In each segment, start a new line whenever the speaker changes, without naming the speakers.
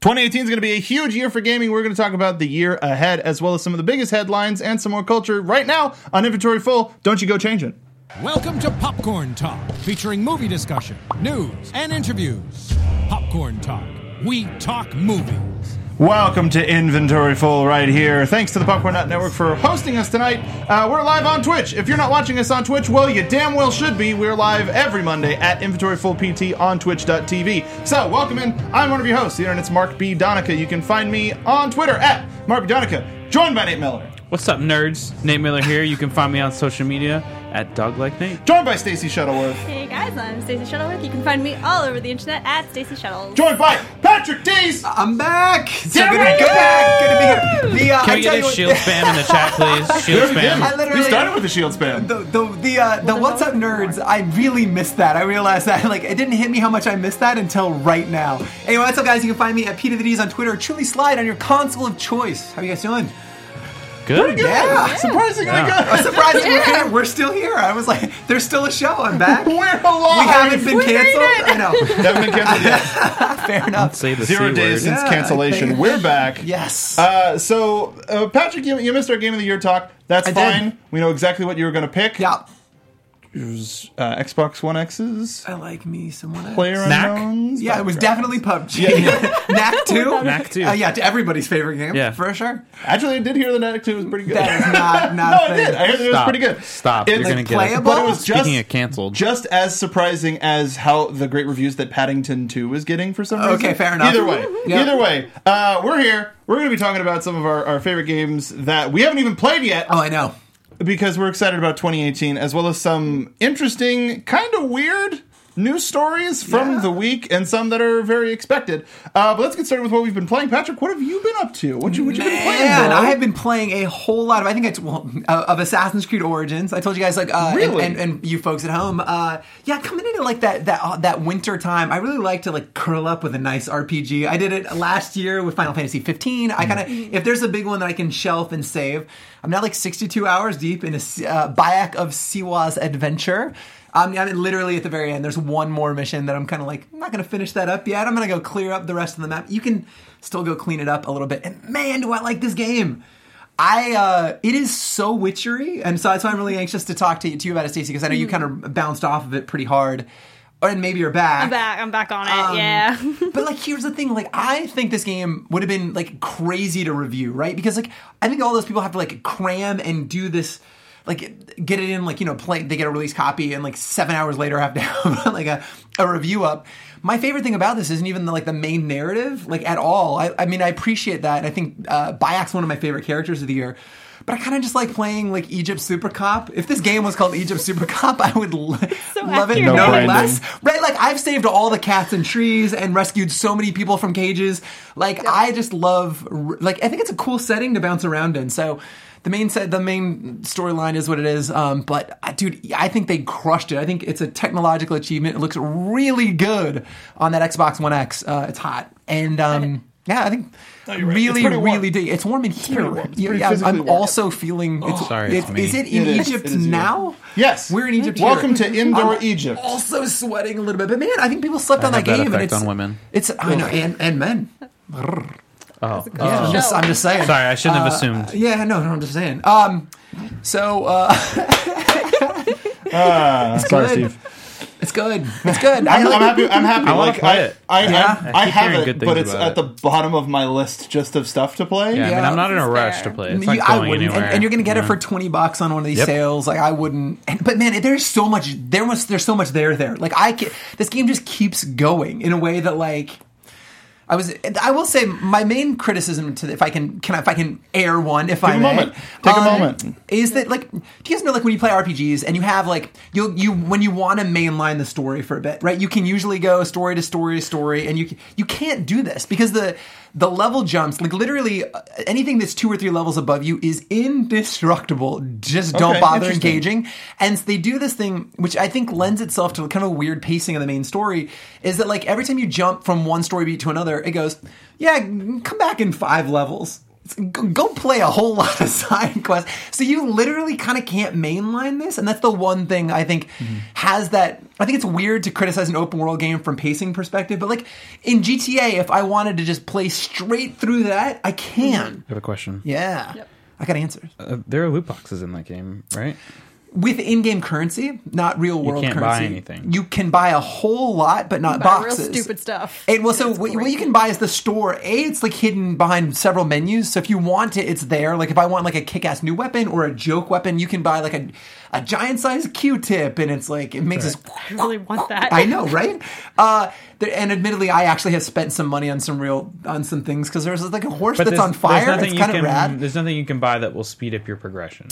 2018 is going to be a huge year for gaming. We're going to talk about the year ahead, as well as some of the biggest headlines and some more culture right now on Inventory Full. Don't you go change it.
Welcome to Popcorn Talk, featuring movie discussion, news, and interviews. Popcorn Talk, we talk movies.
Welcome to Inventory Full right here. Thanks to the Popcorn Nut Network for hosting us tonight. Uh, we're live on Twitch. If you're not watching us on Twitch, well, you damn well should be. We're live every Monday at Inventory Full PT on twitch.tv. So, welcome in. I'm one of your hosts. The internet's Mark B. Donica. You can find me on Twitter at Mark B. Donica, joined by Nate Miller,
What's up, nerds? Nate Miller here. You can find me on social media at DogLikeNate.
joined by Stacy Shuttleworth,
Hey guys, I'm Stacey Shuttleworth. You can find me all over the internet at Stacey Shuttles.
joined by Patrick Dees.
I'm back. So
Yeah,
good to
right.
be good back. Good to be here. The, uh,
Can
I
we
tell
get
you
a
what-
shield spam in the chat, please?
We
Shield
already did.
spam.
I literally-
we started with the shield spam.
The the the, uh, the what's up nerds? I really missed that. I realized that like it didn't hit me how much I missed that until right now. Anyway, what's up guys? You can find me at Peter the D's on Twitter. Truly slide on your console of choice. How you guys doing?
Good.
Yeah.
Surprisingly
Yeah.
I'm surprised we're here. We're still here. I was like, there's still a show. I'm back.
good.
We
We're alive.
haven't been
We made
canceled.
it.
I know.
Haven't been canceled yet.
Fair enough.
Say the
Zero
C
days
word.
since
Yeah, I
cancellation.
think-
We're back.
Yes.
Uh, so, uh, Patrick, you, you missed our game of the year talk. That's
I did.
fine. We know exactly what you were going to pick.
yeah.
It was uh, Xbox One X's
I like me someone else.
player
Knack?
unknowns. Uh,
Yeah, it was
Background.
definitely PUBG. Knack 2?
Knack 2.
Uh, yeah, to everybody's favorite game.
Yeah.
For sure.
Actually, I did hear the Knack 2 was pretty good.
That is not,
no,
not
I
a
did.
thing.
I heard it was
Stop.
pretty good.
Stop. You're
It's
gonna get us.
playable?
But it was just,
Speaking of canceled.
just as surprising as how the great reviews that Paddington 2 was getting for some reason.
Okay, fair enough.
Either way,
Yeah.
either way, uh, we're here. We're going to be talking about some of our, our favorite games that we haven't even played yet.
Oh, I know.
because we're excited about 2018 as well as some interesting kind of weird news stories from
Yeah.
the week and some that are very expected uh, but let's get started with what we've been playing patrick what have you been up to what you, what you been playing
Man,
bro?
I have been playing a whole lot of. I think it's well, uh, of Assassin's Creed Origins. I told you guys like uh, and-
Really?
and, and, you folks at home. Uh, yeah, coming into like that that uh, that winter time, I really like to like curl up with a nice RPG. I did it last year with Final Fantasy 15. I kind of if there's a big one that I can shelf and save. I'm now like 62 hours deep in a s- uh, Bayak of Siwa's adventure. Um, I'm literally at the very end. There's one more mission that I'm kind of like, I'm not going to finish that up yet. I'm going to go clear up the rest of the map. You can still go clean it up a little bit. And man, do I like this game! I uh, it is so witchery, and so that's why I'm really anxious to talk to you, to you about it, Stacey, because I know you kind of bounced off of it pretty hard, Or- and maybe you're back.
I'm back. I'm back on it.
Um,
yeah.
but like, here's the thing: like, I think this game would have been like crazy to review, right? Because like, I think all those people have to like cram and do this, like, get it in, like, you know, play. They get a release copy, and like seven hours later, have to have like a, a review up. My favorite thing about this isn't even like the main narrative, like at all. I, I mean, I appreciate that, and I think uh, Bayak's one of my favorite characters of the year. But I kind of just like playing like Egypt Super Cop. If this game was called Egypt Super Cop, I would l- love it
accurate. No
no
branding.
less. Right? Like I've saved all the cats and trees and rescued so many people from cages. Like I just love like I think it's a cool setting to bounce around in. So the main set, the main storyline is what it is. Um, but uh, dude, I think they crushed it. I think it's a technological achievement. It looks really good on that Xbox One X. Uh, it's hot and um, yeah, I think
right. It's
really,
pretty warm.
really dig. It's warm in here.
warm. It's pretty
yeah, I'm-
physically
I'm
warm.
also feeling. It's,
Sorry, it's
it's- is
me.
it in
It is.
Egypt
It is you.
now?
yes
We're in Egypt.
welcome
here.
to indoor
I'm
egypt
Also sweating a little bit, but man, I think people slept on
had
that
that
game. and
effect
it's,
on women.
It's I know, and, and men.
Oh,
Yeah, I'm, just, I'm just saying.
sorry. I shouldn't have assumed.
Uh, Yeah, no, no, I'm just saying. Um, so uh,
uh, sorry
good.
steve
it's good. It's good. I
I'm, I'm
like-
happy. I'm happy.
I wanna
like,
play
I,
it.
I, I,
Yeah.
I,
I keep
have
hearing
it,
good
but
things
it's
about
at
it.
the bottom of my list just of stuff to play.
Yeah, I mean,
Yeah,
I'm not in a
this is
rush
fair.
to play. It's
You-
not going
I wouldn't,
anywhere.
And, and you're going to get
Yeah.
it for twenty bucks on one of these
Yep.
sales. Like I wouldn't. And, but man, there's so much. There was. There's so much there. There. Like I. ca- This game just keeps going in a way that like. I was. I will say my main criticism to the, if I can, can I, if I can air one, if I
a
may,
moment. Take a moment.
is that like do you guys know like when you play RPGs and you have like you you when you want to mainline the story for a bit, right? You can usually go story to story to story, and you you can't do this because the the level jumps like literally uh, anything that's two or three levels above you is indestructible. Just don't
Okay,
bother
interesting.
engaging engaging. And they do this thing, which I think lends itself to kind of a weird pacing of the main story, is that like every time you jump from one story beat to another, it goes, yeah, come back in five levels. go, go play a whole lot of side quests. So you literally kind of can't mainline this, and that's the one thing I think has that. I think it's weird to criticize an open world game from pacing perspective, but like in GTA, if I wanted to just play straight through that, I can.
I have a question.
Yeah, I got answers
Uh, there are loot boxes in that game, right?
with in-game currency, not real world
can't buy
currency.
anything.
You can buy a whole lot, but not
buy real
boxes.
stupid stuff.
It well, so
It's
what, what
great.
you can buy is the store. A, it's like hidden behind several menus. So if you want it, it's there. Like if I want like a kick-ass new weapon or a joke weapon, you can buy like a a giant-sized Q-tip, and it's like it makes us.
I really want that.
I know, right? Uh, there, and admittedly, I actually have spent some money on some real on some things because there's like a horse that's
there's-
on fire.
There's
It's
nothing,
kind
you
of
can,
rad.
there's nothing you can buy that will speed up your progression.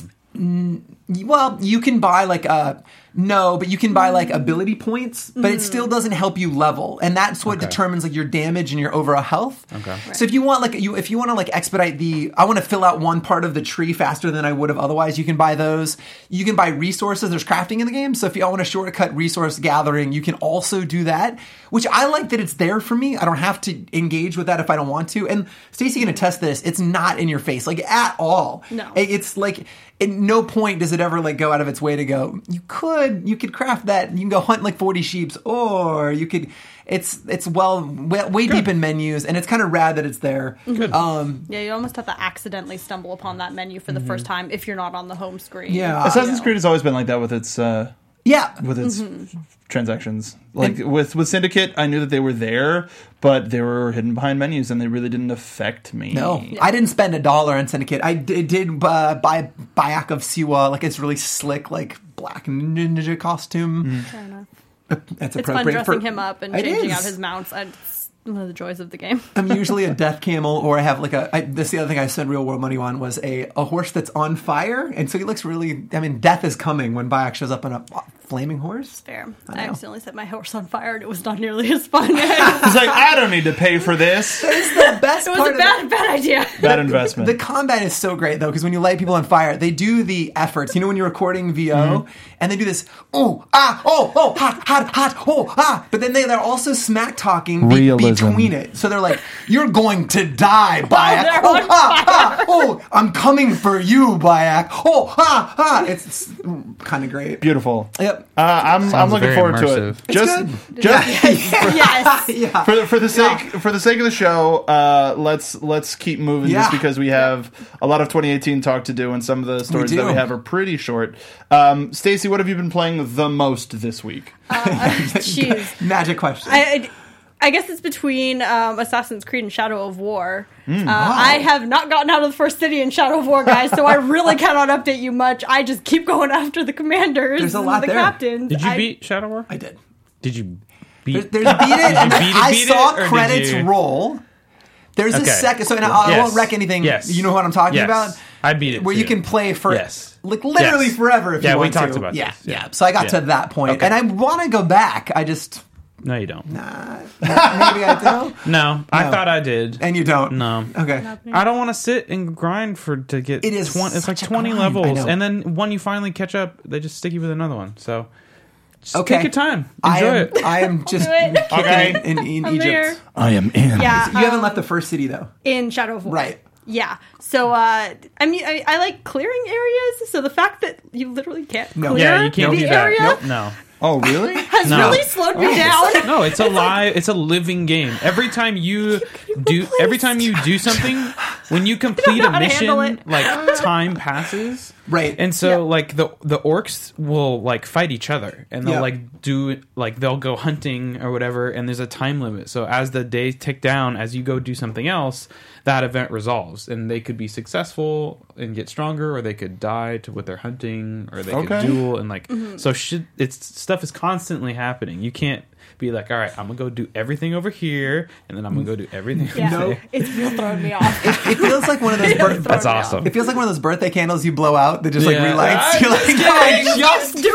Well, you can buy like a no, but you can buy like ability points, but it still doesn't help you level, and that's what determines like your damage and your overall health. Okay. So if you want like you if you want to like expedite the, I want to fill out one part of the tree faster than I would have otherwise. You can buy those. You can buy resources. There's crafting in the game, so if you want to shortcut resource gathering, you can also do that. Which I like that it's there for me. I don't have to engage with that if I don't want to. And Stacey can attest to this. It's not in your face like at all.
No.
It- it's like at no point does it ever like go out of its way to go you could you could craft that you can go hunt like 40 sheeps or you could it's it's well way, way deep in menus and it's kind of rad that it's there um
Yeah, you almost have to accidentally stumble upon that menu for the first time if you're not on the home screen.
Mm-hmm. yeah Mm-hmm.
Assassin's Creed has always been like that with its uh,
yeah
with its transactions. Like with with Syndicate, I knew that they were there, but they were hidden behind menus, and they really didn't affect me.
No, I didn't spend a dollar on Syndicate. I d- did uh, buy Bayak of Siwa, like it's really slick, like black ninja costume.
Mm.
That's
It's fun
appropriate
dressing
for-
him up and
It
changing
is.
out his mounts. It's one of the joys of the game.
I'm usually a death camel, or I have like a. I, this is the other thing I spent real world money on was a, a horse that's on fire, and so he looks really. I mean, death is coming when Bayak shows up on a flaming horse.
Fair.
I
I,
know.
accidentally set my horse on fire and it was not nearly as fun. it
it's like I don't need to pay for this
The best
was a
part of
bad, bad idea.
bad investment.
The combat is so great though, because when you light people on fire, they do the efforts. You know, when you're recording VO,
Mm-hmm.
and they do this, oh ah, oh oh, hot hot hot, oh ah, but then they they're also smack talking be-
Realism.
between it. So they're like, "You're going to die, Bayak.
they're
Oh,
on
ah, ah, oh, I'm coming for you, Bayak. Oh ah ah." It's, it's kind of great.
Beautiful.
Yep.
Uh, I'm I'm looking
very
forward
immersive.
to it. Just
good.
just
yes.
yeah.
for the, for the sake for the sake of the show, uh, let's let's keep moving
Yeah.
just because we have a lot of 2018 talk to do, and some of the stories that
do.
we have are pretty short. Um, Stacy, what have you been playing the most this week?
Uh, Jeez.
Magic question.
I, I guess it's between um, Assassin's Creed and Shadow of War.
Mm,
uh, I have not gotten out of the first city in Shadow of War, guys, so I really cannot update you much. I just keep going after the commanders
There's a
and
lot
the
there.
captains.
Did you
I-
beat Shadow War?
I did.
Did you beat?
There's, there's beat it, and
Did
then
you beat it,
I
beat
saw
it, or did
credits
you-
roll. There's a
Okay.
second, so and I, I
Yes.
won't wreck anything.
Yes.
You know what I'm talking
Yes.
about?
I beat it
Where you
too.
can play for
Yes.
like literally
Yes.
forever if
Yeah,
you
we
want
talked
to.
about
yeah,
this. Yeah.
yeah. So I got
Yeah.
to that point,
Okay.
and I want to go back. I just uh,
no, you don't. No,
maybe I do,
I
No.
thought I did.
and you don't.
No.
Okay.
I don't want to sit and grind for to get.
It is
20, it's like
such a
twenty
grind, I
levels,
know.
and then when you finally catch up, they just stick you with another one. So, just
Okay.
take your time,
I
enjoy
am,
it.
I am just
do it.
kicking
Okay.
it in, in
I'm
Egypt.
there.
I am in.
Yeah,
You haven't
um,
left the first city though.
in Shadow of War.
Right.
Yeah. So uh, I mean, I, I like clearing areas. So the fact that you literally can't
No.
clear
yeah, you can't
the
do that.
area
No,
Oh, really?
has
No.
really slowed me down.
no, it's a live, it's a living game. Every time you do, every time you do something, when you complete
know
a
how to handle
mission,
it.
like time passes,
Right.
And so,
Yeah.
like the the orcs will like fight each other, and they'll
Yeah.
like do like they'll go hunting or whatever, and there's a time limit. So as the days tick down, as you go do something else, that event resolves, and they could be successful and get stronger, or they could die to what they're hunting, or they
Okay.
could duel, and like
Mm-hmm.
so shit. It's stuff is constantly happening. You can't be like, all right, I'm gonna go do everything over here, and then I'm gonna go do everything.
Yeah.
over
No.
there.
It's real throwing me off.
it feels like one of those. bir-
That's
Sorry.
awesome.
It feels like one of those birthday candles you blow out that just like
Yeah. Ah,
relights.
I'm
You're like, "Oh, "No, I
Just doing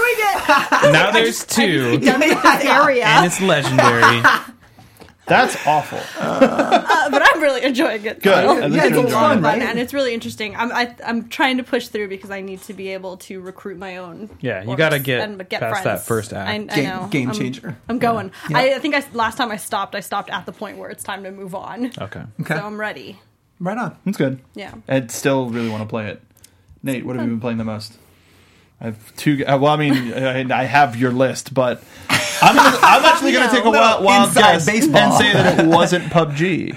it.
now there's two,
Done with this area.
and it's legendary.
That's awful.
Uh, but I'm really enjoying it.
Good.
though.
At least
Yeah,
you're
it's
enjoying
fun,
it.
right?
and it's really interesting. I'm I, I'm trying to push through because I need to be able to recruit my own.
Yeah, you
orcs
gotta get
and
past that first act.
I, I
Game-
know.
game
I'm-
changer.
I'm going. I, I think I last time I stopped. I stopped at the point where it's time to move on.
Okay.
Okay.
So I'm ready.
Right on.
It's good.
Yeah.
I'd still really want to play it. Nate, what have you been playing the most? I have two. uh, Well, I mean, I I have your list, but I'm, gonna, I'm actually going to take a wild, wild
Inside
guess
baseball.
and say that it wasn't PUBG.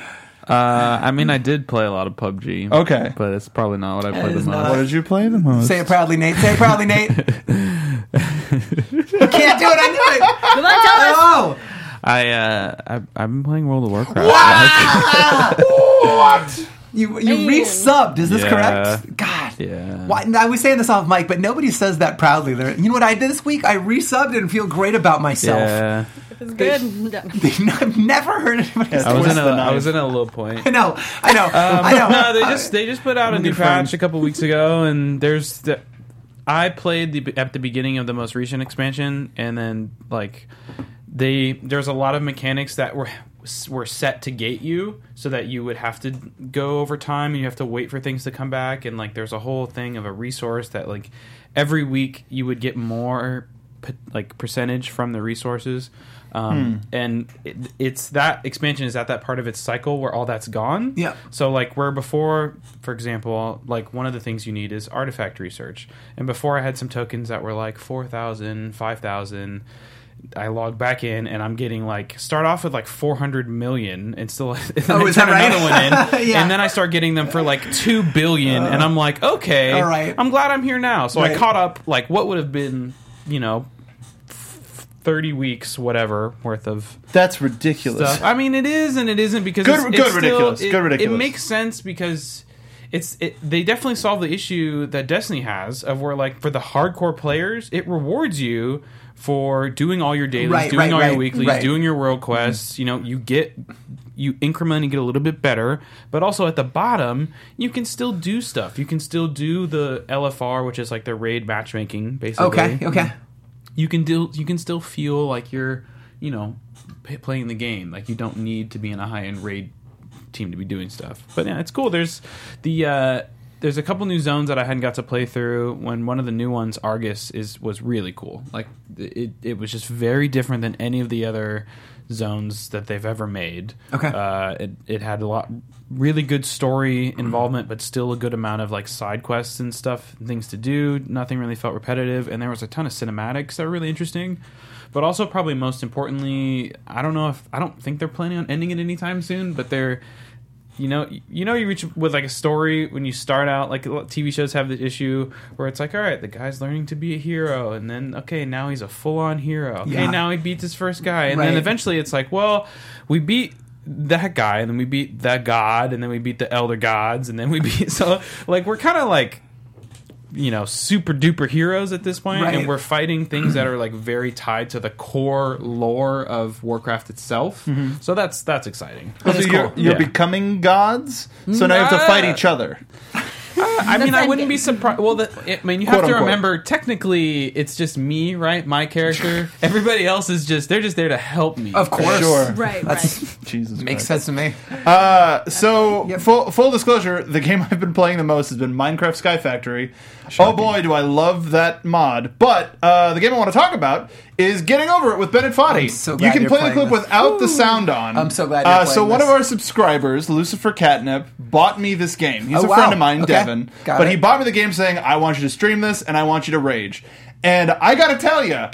Uh, I mean, I did play a lot of PUBG.
Okay.
but it's probably not what I played the
is
most.
not-
What did you play the most?
Uh, Say it proudly, Nate. Say it proudly, Nate. you can't do it. I knew it.
Come on, tell us.
Oh,
I, uh, I I've been playing World of Warcraft.
you you
Hey.
resubbed. Is this
Yeah.
correct? God.
Yeah.
Why, now, I was saying this off mic, but nobody says that proudly. They're- You know what I did this week? I resubbed and feel great about myself.
Yeah,
It's good. I'm done.
I've never heard anybody.
Yes,
I
else-
was in
Twist
a
the
I
knife.
was in a low point.
I know. I know. I
Um,
know.
no,
Uh,
Um, they just they just put out a new
friend.
patch a couple weeks ago, and there's the. I played the at the beginning of the most recent expansion, and then like they there's a lot of mechanics that were were set to gate you, so that you would have to go over time, and you have to wait for things to come back, and like there's a whole thing of a resource that like every week you would get more p- like percentage from the resources.
Hmm.
Um, And it, it's that expansion is at that part of its cycle where all that's gone.
Yeah.
So like where before, for example, like one of the things you need is artifact research. And before I had some tokens that were like 4,000, 5,000. I log back in and I'm getting like start off with like 400 million and still and then
Oh,
I
is that
turn
right?
another one in
Yeah. Uh,
and then I start getting them for like 2 billion and I'm like okay
All right.
I'm glad I'm here now. So
Right.
I caught up like what would have been, you know, f- 30 weeks whatever worth of
That's ridiculous.
stuff. I mean, it is and it isn't because
Good-
it's,
good
it's still-
ridiculous,
It,
good ridiculous.
It makes sense because it's it, they definitely solve the issue that Destiny has of where like for the hardcore players, it rewards you for doing all your dailies,
Right,
doing
right,
all
right,
your weeklies,
right.
doing your world quests. You know, you get you increment and get a little bit better, but also at the bottom, you can still do stuff. You can still do the LFR, which is like the raid matchmaking, basically
okay. Okay.
you can do you can still feel like you're you know p- playing the game like you don't need to be in a high end raid team to be doing stuff but yeah it's cool there's the uh there's a couple new zones that I hadn't got to play through. When one of the new ones, Argus, is was really cool. Like it, it was just very different than any of the other zones that they've ever made.
Okay.
uh, it it had a lot really good story involvement, but still a good amount of like side quests and stuff, and things to do. Nothing really felt repetitive, and there was a ton of cinematics that were really interesting. But also, probably most importantly, I don't know if I don't think they're planning on ending it anytime soon, but they're you know you know you reach with like a story when you start out like a lot of tv shows have the issue where it's like all right the guy's learning to be a hero and then okay now he's a full-on hero okay
Yeah.
now he beats his first guy and
Right.
then eventually it's like well we beat that guy and then we beat that god and then we beat the elder gods and then we beat so like we're kind of like you know super duper heroes at this point
Right.
and we're fighting things that are like very tied to the core lore of warcraft itself
Mm-hmm.
so that's that's exciting
so you're,
cool.
you're
Yeah.
becoming gods, so now you have to fight each other.
I mean, I
That's
wouldn't be surprised. Well, the, I mean, you have
Quote,
to
unquote.
remember, technically, it's just me, right? My character. Everybody else is just, they're just there to help me.
Of course.
Sure.
Right,
That's-
right.
Jesus
Makes
Christ.
sense to me.
Uh, so full full disclosure, the game I've been playing the most has been Minecraft Sky Factory. Oh boy, do I love that mod! But uh, the game I want to talk about is Getting Over It with Bennett Foddy.
so
you
glad
can
you're
play the
playing
clip
this.
without the sound on.
I'm so glad you're
Uh, so
playing
one of
this.
our subscribers, Lucifer Catnip, bought me this game. He's
Oh,
a
wow.
friend of mine,
Okay.
Devin,
Got
but
it.
he bought me the game saying, "I want you to stream this and I want you to rage." And I gotta tell you.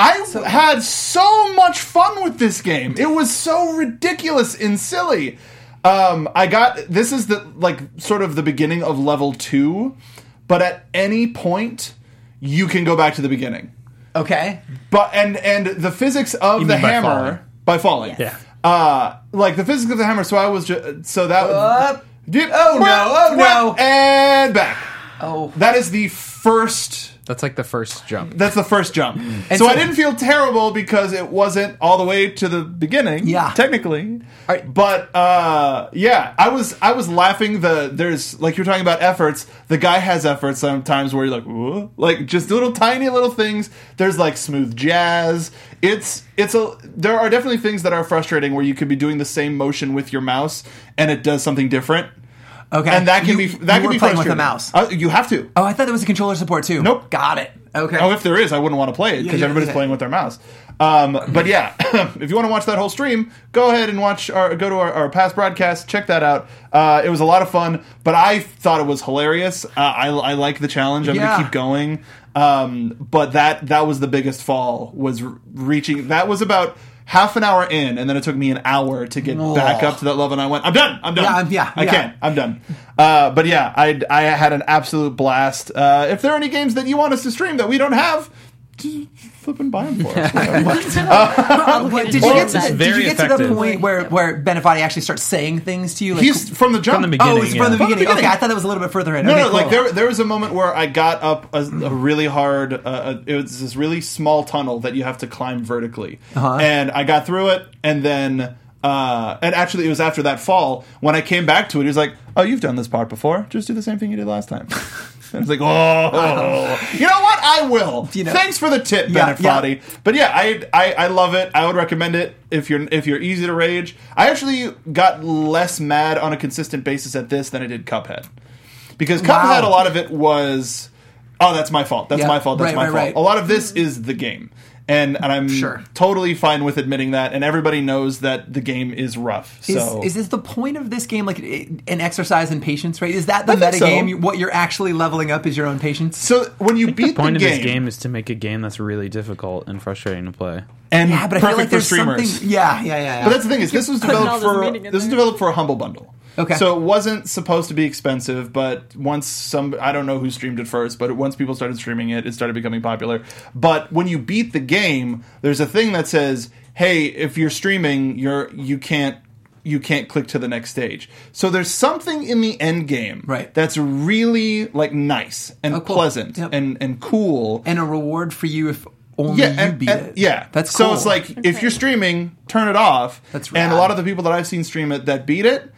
I had so much fun with this game. It was so ridiculous and silly. Um, I got this is the like sort of the beginning of level two, but at any point you can go back to the beginning.
Okay.
But and and the physics of the
mean by
hammer
falling.
by falling.
Yes.
Uh, like the physics of the hammer. So I was just so that.
Up.
Yep.
Oh, no. Oh, no.
And back.
Oh.
That is the first
That's like the first jump.
that's the first jump. So,
so-
I didn't feel terrible because it wasn't all the way to the beginning.
Yeah.
technically.
Alright.
But uh, yeah, I was I was laughing. The there's like you're talking about efforts. The guy has efforts sometimes where you're like, Whoa? like just little tiny little things. There's like smooth jazz. It's it's a there are definitely things that are frustrating where you could be doing the same motion with your mouse and it does something different.
Okay.
And that can
You-
be that
you
can
were
be
playing with
frustrating.
a mouse.
Uh, you have to.
Oh, I thought there was a controller support too.
Nope.
Got it. Okay.
Oh, if there is, I wouldn't want to play it because
yeah,
everybody's
yeah.
playing with their mouse. Um, but yeah, if you want to watch that whole stream, go ahead and watch our go to our, our past broadcast. Check that out. Uh, it was a lot of fun, but I thought it was hilarious. Uh, I, I like the challenge. I'm
Yeah.
gonna keep going. Um, but that that was the biggest fall was re- reaching. That was about. Half an hour in, and then it took me an hour to get back up to that level, and I went, "I'm done, I'm done,
Yeah, I'm- yeah,
I
yeah.
can't, I'm done. Uh, but yeah, I I had an absolute blast. Uh, if there are any games that you want us to stream that we don't have, just flip and buy them for us.
Obligated
Well, Uh,
to
did, you
do
get to,
that.
the- did
very
you get to the
effective.
point where where Benefati actually starts saying things to you? Like,
He's from the jump.
From the beginning.
oh, it's from
yeah.
the beginning.
From the beginning.
Okay, I thought that was a little bit further in.
No,
okay,
no, like
cool.
there, there was a moment where I got up a, a really hard. Uh, uh, it was this really small tunnel that you have to climb vertically,
Uh-huh.
and I got through it, and then. Uh, and actually, it was after that fall when I came back to it. He was like, "Oh, you've done this part before. Just do the same thing you did last time." and it's like, "Oh, you know what? I will."
You know.
Thanks for the tip,
Yeah,
Benefati. But yeah, I, I I love it. I would recommend it if you're if you're easy to rage. I actually got less mad on a consistent basis at this than I did Cuphead because Cuphead had a lot of it was, oh, that's my fault. That's
Yeah.
my fault. That's
Right,
my
right,
fault.
right.
A lot of this is the game, and and I'm
Sure.
totally fine with admitting that. And everybody knows that the game is rough.
Is,
So
is this the point of this game, like i- an exercise in patience, right? Is that the
I think
meta
so.
game? You- What you're actually leveling up is your own patience.
so when you beat
the point
the
of
game,
this game is to make a game that's really difficult and frustrating to play.
and
Yeah, but I
perfect
feel like
for
there's
streamers.
something. Yeah, yeah, yeah. yeah.
But that's the thing is, this was
putting
developed
all this
for
meaning
this
in
was
there.
developed for a humble bundle.
Okay.
So it wasn't supposed to be expensive, but once some I don't know who streamed it first, but once people started streaming it, it started becoming popular. But when you beat the game, there's a thing that says, "Hey, if you're streaming, you're you can't you can't click to the next stage." So there's something in the end game
Right.
that's really like nice and
Oh, cool.
pleasant
Yep.
and and cool
and a reward for you if only
yeah,
you
and,
beat
and-
it.
yeah.
that's
so
cool.
it's like if you're streaming, turn it off.
That's
and a
rad.
lot of the people that I've seen stream it that beat it.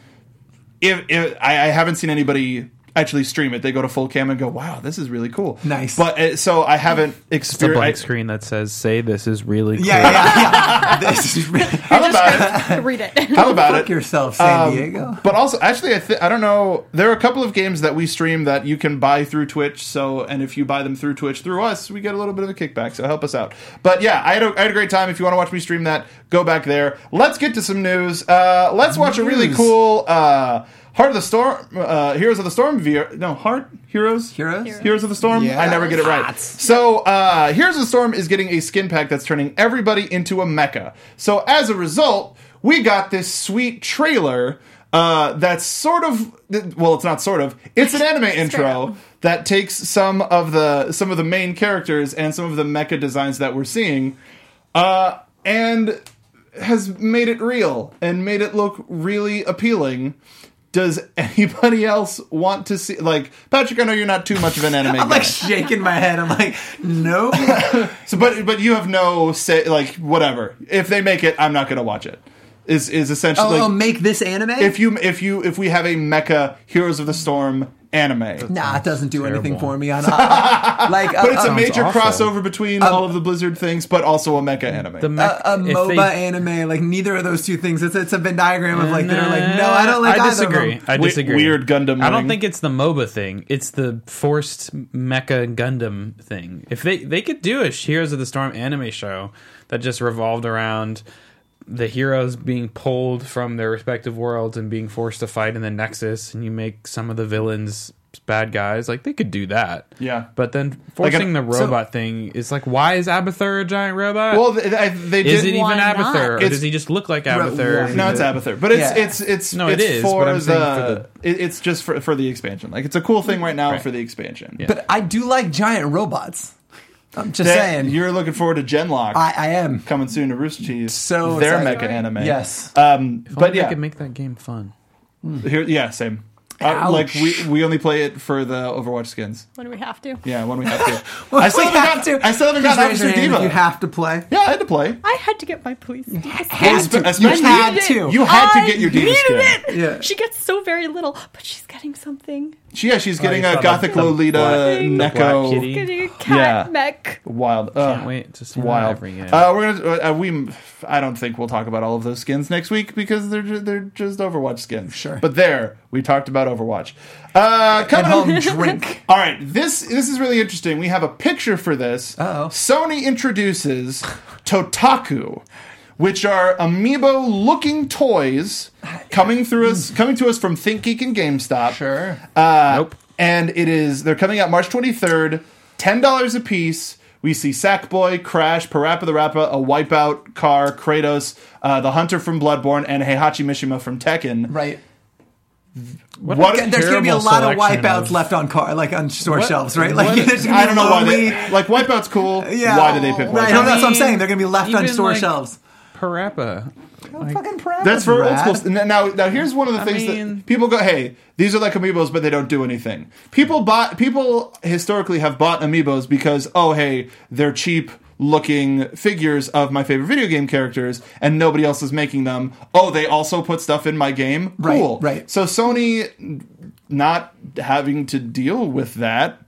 If, if I, I haven't seen anybody actually stream it, they go to full cam and go, "Wow, this is really cool."
Nice.
But uh, so I haven't
It's a blank
experienced.
screen that says, "Say this is really cool."
yeah, yeah, yeah. this is really,
How about it?
Read it.
How about
fuck
it?
yourself, San
Um,
Diego.
But also, actually, I, th- I don't know. There are a couple of games that we stream that you can buy through Twitch. So, and if you buy them through Twitch through us, we get a little bit of a kickback. So help us out. But yeah, I had a, I had a great time. If you want to watch me stream that, go back there. Let's get to some news. Uh, let's watch a really
News.
cool uh, Heart of the Storm, uh, Heroes of the Storm. VR, no, Heart Heroes.
Heroes?
Heroes. Heroes of the Storm.
Yeah.
I never get it right. So, uh, Heroes of the Storm is getting a skin pack that's turning everybody into a mecha. So, as a result, we got this sweet trailer uh, that's sort of well, it's not sort of. It's an anime intro
up.
that takes some of the some of the main characters and some of the mecha designs that we're seeing, uh, and has made it real and made it look really appealing. Does anybody else want to see? Like Patrick, I know you're not too much of an anime.
I'm
guy.
like shaking my head. I'm like, no.
So, but but you have no say. Like whatever. If they make it, I'm not gonna watch it. Is is essentially
Oh,
like,
oh, make this anime?
if you if you if we have a mecha Heroes of the Storm anime.
nah, it doesn't do anything
Terrible.
for me. On uh, like, uh,
But it's a
uh,
major
awful.
crossover between all of the Blizzard things, but also a mecha anime.
The mech-
a
if they-
MOBA anime. Like neither of those two things. It's it's a Venn diagram of like they're like no, I don't like
I
either of
disagree.
them.
I
We-
disagree.
weird Gundam
I
running.
don't think it's the MOBA thing. It's the forced mecha Gundam thing. If they they could do a Heroes of the Storm anime show that just revolved around the heroes being pulled from their respective worlds and being forced to fight in the Nexus, and you make some of the villains bad guys. Like they could do that.
Yeah.
But then
Like
forcing
an-
the robot thing is like, why is Abathur a giant robot?
well, they, they- they did.
is it even
Why not?
Abathur, or
It's-
does he just look like
Ro-
Abathur?
why
no, it's Abathur, but it's
Yeah.
it's it's
No,
it's
it is,
for
but I'm
the,
saying for
it- it's just for for the expansion. Like it's a cool thing right now
Right.
for the expansion.
But I do like giant robots. I'm just
That-
saying.
you're looking forward to Genlock
I, I am.
coming soon to Rooster Teeth.
So
their
excited.
mecha anime.
Yes.
um, but
I
yeah,
could make that game fun.
Here, yeah, same. Uh,
Ouch.
like we we only play it for the Overwatch skins.
When do we have to?
Yeah, when we have to. I still haven't got to. I still haven't
Please
gotten
raise
Officer
your hand if
Diva.
You have to play.
yeah, I had to play.
I had to get my police.
Had
Espe-
to. You
especially-
had
Needed
to.
it.
You had to
I
get your Diva
needed
skin.
It.
Yeah.
She gets so very little, but she's getting something.
She, yeah, she's getting
Oh, you
a
saw
Gothic
the- the
Lolita
black-
the black
Neko.
kitty?
Getting a cat
Yeah.
mech.
Wild.
Can't wait to see
Wild.
that every game.
Uh, we're gonna. Uh, we. I don't think we'll talk about all of those skins next week because they're ju- they're just Overwatch skins.
Sure.
But there, we talked about Overwatch. Uh,
At
coming
home,
up.
drink.
All right, this this is really interesting. We have a picture for this.
Uh-oh.
Sony introduces Totaku, which are amiibo-looking toys coming through us, coming to us from Think Geek and GameStop.
Sure.
Uh,
Nope.
And it is they're coming out March 23rd, ten dollars a piece. We see Sackboy, Crash, Parappa the Rappa, a Wipeout car, Kratos, uh, the Hunter from Bloodborne, and Heihachi Mishima from Tekken.
Right.
What
What-
a
There's gonna be a
terrible
lot of
selection
wipeouts
of-
left on car, like on store
What-
shelves, right?
what-
Like there's gonna be
I don't know why
lonely-
they like Wipeout's cool.
Yeah.
Why did they pick Wipeout?
Right. no, that's what I'm
mean,
saying. They're gonna be left on
even,
store
like,
shelves.
Parappa. Like,
Fucking proud.
That's for
Brad.
old school. n- Now, now here's one of the
I
things
mean-
that people go, "Hey, these are like amiibos, but they don't do anything." People bought people historically have bought amiibos because, oh, hey, they're cheap looking figures of my favorite video game characters, and nobody else is making them. Oh, they also put stuff in my game.
Right,
Cool.
right.
So Sony not having to deal with that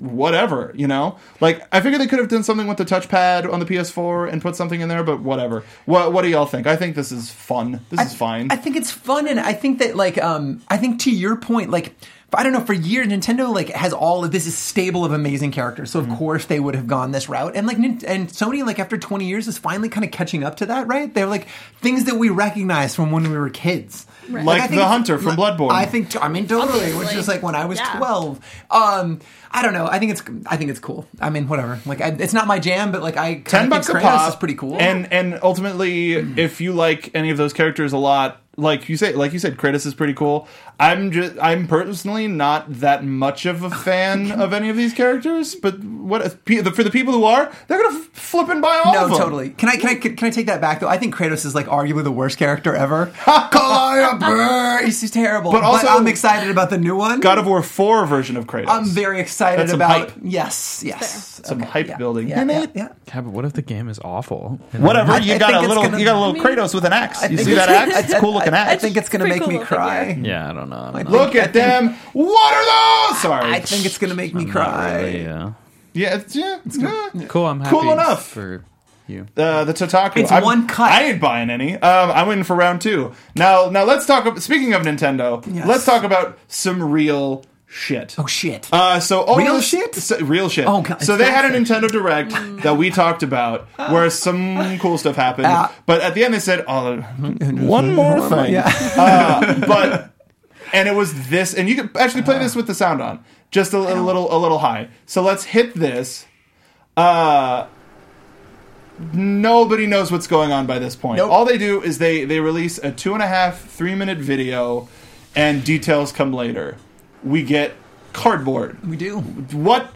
whatever, you know? Like, I figure they could have done something with the touchpad on the PS4 and put something in there, but whatever. What, what do y'all think? I think this is fun. This is fine.
I think it's fun, and I think that like um, I think to your point, like I don't know, for years Nintendo like has all of this is stable of amazing characters, so of
Mm-hmm.
course they would have gone this route, and like Nin- and Sony like after twenty years is finally kind of catching up to that, right? They're like things that we recognize from when we were kids,
Like
I
the
think it's-
Hunter from Bloodborne.
I think I mean totally, which
Obviously.
is like when I was
Yeah.
twelve. Um, I don't know. I think it's I think it's cool. I mean, whatever. Like I, it's not my jam, but like I kinda
ten
think
bucks a
Kratos
pop
is pretty cool.
And and ultimately, if you like any of those characters a lot, like you say, like you said, Kratos is pretty cool. I'm just I'm personally not that much of a fan of any of these characters, but what pe- the- for the people who are, they're gonna f- flip and buy all
No,
of them.
totally. Can I can I can I take that back though? I think Kratos is like arguably the worst character ever. Calliope, he's just terrible. But
also-
I'm excited about the new one.
God of War Four version of Kratos.
I'm very excited
That's some
about.
hype.
Yes, yes.
Some
Okay,
hype
yeah,
building.
Yeah,
Hey,
yeah,
mate.
yeah.
Yeah, but what if the game is awful?
Whatever.
I-
you
I
got
think
a
it's
little
gonna-
you got a little
I mean,
Kratos with an axe. you
think
see that
it's-
axe? It's a cool looking axe.
I think it's gonna
Pretty
make
cool
me
looking,
cry.
Yeah, I don't know. I'm not-
Look at them. What are those? Sorry.
I think it's gonna make me
not
cry.
really, uh, yeah.
yeah, it's, yeah, it's good.
Cool. I'm happy
Cool enough.
for you.
Uh, the Totaku.
It's
I'm-
one cut.
I ain't buying any. Um, I'm waiting for round two. Now, now let's talk. ab- Speaking of Nintendo,
Yes.
let's talk about some real shit.
Oh shit.
Uh, so all
Real
this-
shit?
so- real shit.
Oh, God,
So they had a
it's
Nintendo Direct that we talked about, where some cool stuff happened.
Ah.
but at the end, they said, "Oh, one more thing."
yeah.
uh, but and it was this, and you can actually play this with the sound on, just a, a little, a little high. So let's hit this. Uh, nobody knows what's going on by this point.
Nope.
All they do is they they release a two and a half, three minute video, and details come later. We get cardboard.
we do.
What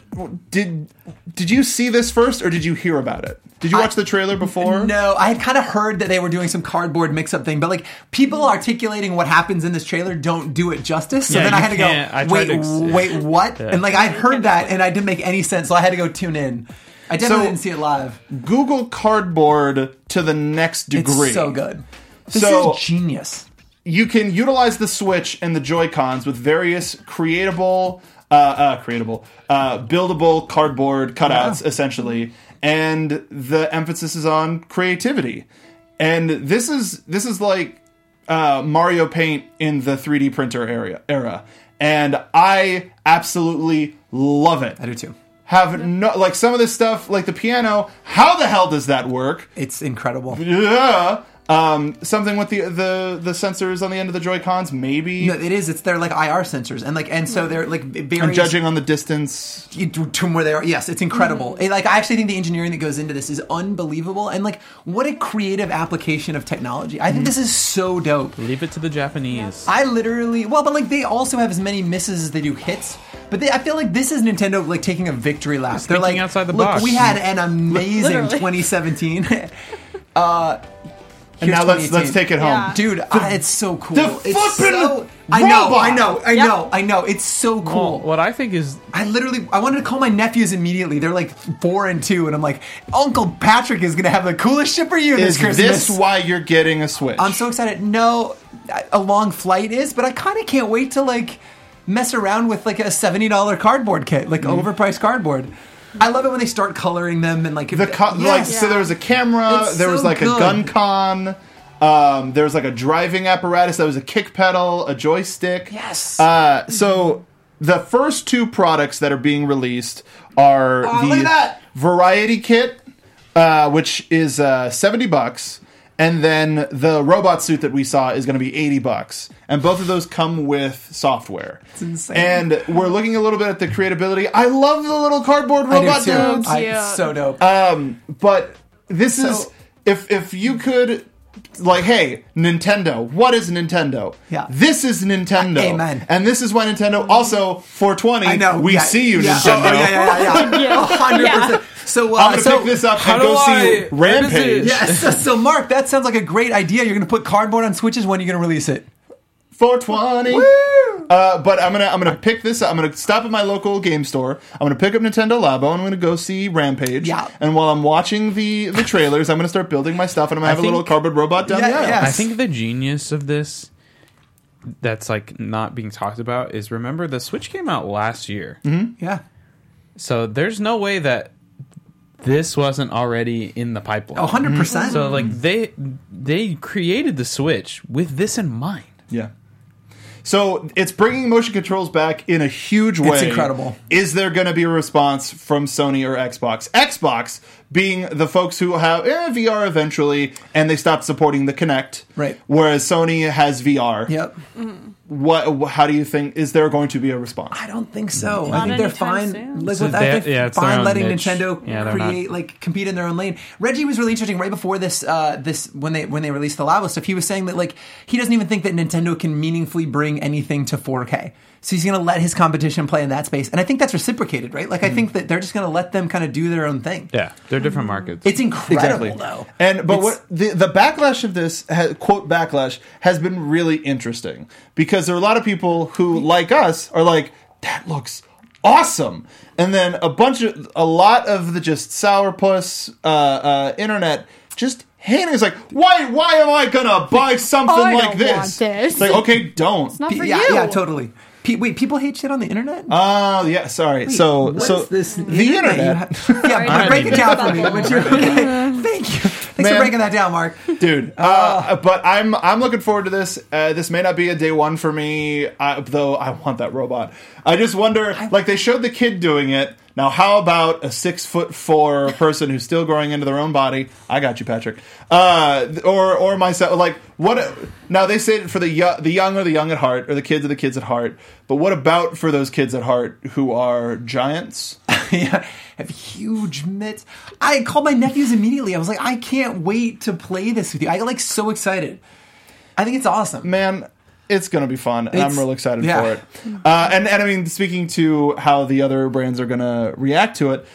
did did you see this first, or did you hear about it? Did you watch the trailer before?
No, I had kind of heard that they were doing some cardboard mix-up thing, but like people articulating what happens in this trailer don't do it justice. So
Yeah,
then I
you
had to
can't- I
go,
tried
wait,
to ex-
wait, what? And like I heard that, and I didn't make any sense, so I had to go tune in. I definitely
So-
didn't see it live.
Google cardboard to the next
It's
degree.
so good. This
So-
is genius.
you can utilize the Switch and the Joy Cons with various creatable, uh, uh, creatable, uh, buildable cardboard cutouts, essentially. And the emphasis is on creativity. And this is this is like uh, Mario Paint in the 3D printer area era. And I absolutely love it.
I do too.
Have no like some of this stuff, like the piano. How the hell does that work?
It's incredible.
Yeah. Um, something with the the the sensors on the end of the Joy Cons, maybe.
No, it is. It's their like IR sensors, and like, and so they're like various.
I'm judging on the distance.
you- to to where they are. Yes, it's incredible. It- like I actually think the engineering that goes into this is unbelievable, and like what a creative application of technology. I think this is so dope.
Leave it to the Japanese.
I literally well, but like they also have as many misses as they do hits. But they, I feel like this is Nintendo like taking a victory lap. They're
thinking
like
outside the
Look,
box."
we had an amazing Uh,
Literally.
2017.
And now let's
2018.
let's take it home.
Yeah.
Dude, ah, it's so cool.
the
it's
flippin'
so, I know,
robot.
I know, I
Yep.
know, I know. It's so
Well,
cool.
what I think is
I literally I wanted to call my nephews immediately. They're like four and two, and I'm like, Uncle Patrick is gonna have the coolest shit for you
Is
this Christmas.
this why you're getting a Switch?
I'm so excited. No, I- a long flight is, but I kind of can't wait to like mess around with like a seventy dollar cardboard kit, like
Mm-hmm.
overpriced cardboard. I love it when they start coloring them and like
the co- like so there was a camera,
It's
there was
so
like a
good.
gun con. Um, there was like a driving apparatus that was a kick pedal, a joystick.
Yes.
Uh, so the first two products that are being released are
Oh, look at
the
that.
variety kit, uh, which is uh, seventy bucks, and then the robot suit that we saw is going to be eighty bucks, and both of those come with software. It's
insane.
And we're looking a little bit at the creatability. I love the little cardboard
I do
robot
too.
dudes, Um,
I-
Cute.
so dope.
but this is
So-
if if you could. Like, hey, Nintendo, what is Nintendo?
Yeah.
This is Nintendo.
Amen.
And this is why Nintendo also 420.
I know.
We
yeah,
see you,
yeah.
Nintendo.
Oh, yeah, yeah, yeah, yeah. hundred percent. So, uh,
I'm gonna
so
pick this up
how
and
do
go see
I- where is
Rampage.
it?
Yes. So, so, Mark, that sounds like a great idea. You're going to put cardboard on switches. When are you going to release it?
420. Uh, but I'm gonna I'm gonna pick this up. I'm gonna stop at my local game store. I'm gonna pick up Nintendo Labo. and I'm gonna go see Rampage.
Yeah.
And while I'm watching the the trailers, I'm gonna start building my stuff, and I'm gonna
I
have a little
think-
cardboard robot down
Yeah,
the aisle.
yeah.
I think the genius of this that's like not being talked about is remember the Switch came out last year.
Yeah.
So there's no way that this wasn't already in the pipeline.
A hundred percent.
So like they they created the Switch with this in mind.
Yeah. So it's bringing motion controls back in a huge way.
incredible.
Is there going to be a response from Sony or Xbox? Xbox being the folks who have eh, VR eventually, and they stopped supporting the Kinect.
Right.
Whereas Sony has VR.
Yep.
What? How do you think? Is there going to be a response?
I don't think so. I think they're
anytime
fine.
soon.
Like,
So
with, I
they-
think
yeah, it's their
fine
own
letting
niche.
Nintendo
Yeah, they're not-
create like compete in their own lane. Reggie was really interesting right before this. Uh, this when they when they released the Lava stuff, he was saying that like he doesn't even think that Nintendo can meaningfully bring anything to 4K. So he's going to let his competition play in that space, and I think that's reciprocated, right? Like I think that they're just going to let them kind of do their own thing.
Hmm. Yeah, they're different markets.
It's incredible though.
And but
It's-
what the the backlash of this ha, quote backlash has been really interesting because there are a lot of people who like us are like that looks awesome, and then a bunch of a lot of the just sourpuss uh, uh, internet just hating is like why why am I gonna buy something
I
like
don't
this?
want this.
It's like okay, don't.
Not for
yeah,
you.
yeah, totally. Pe- wait, people hate shit on the internet?
Oh yeah, sorry. so
What's
so
this
the internet.
you have- yeah, but
didn't
break it
even
down
think
for me.
about
Would you? Thank you. Thanks for
Man.
breaking that down, Mark.
dude. Uh, but I'm I'm looking forward to this. Uh, this may not be a day one for me, I, though. I want that robot. I just wonder, like they showed the kid doing it. Now, how about a six foot four person who's still growing into their own body? I got you, Patrick. Uh, or or myself. Like what? Now they say it for the yo- the young or the young at heart, or the kids are the kids at heart. But what about for those kids at heart who are giants?
yeah, have huge mitts. I called my nephews immediately. I was like, I can't wait to play this with you. I got like so excited. I think it's awesome.
man, it's gonna be fun, and I'm
It's-
real excited
yeah.
for it. Uh, and and I mean, speaking to how the other brands are gonna react to it,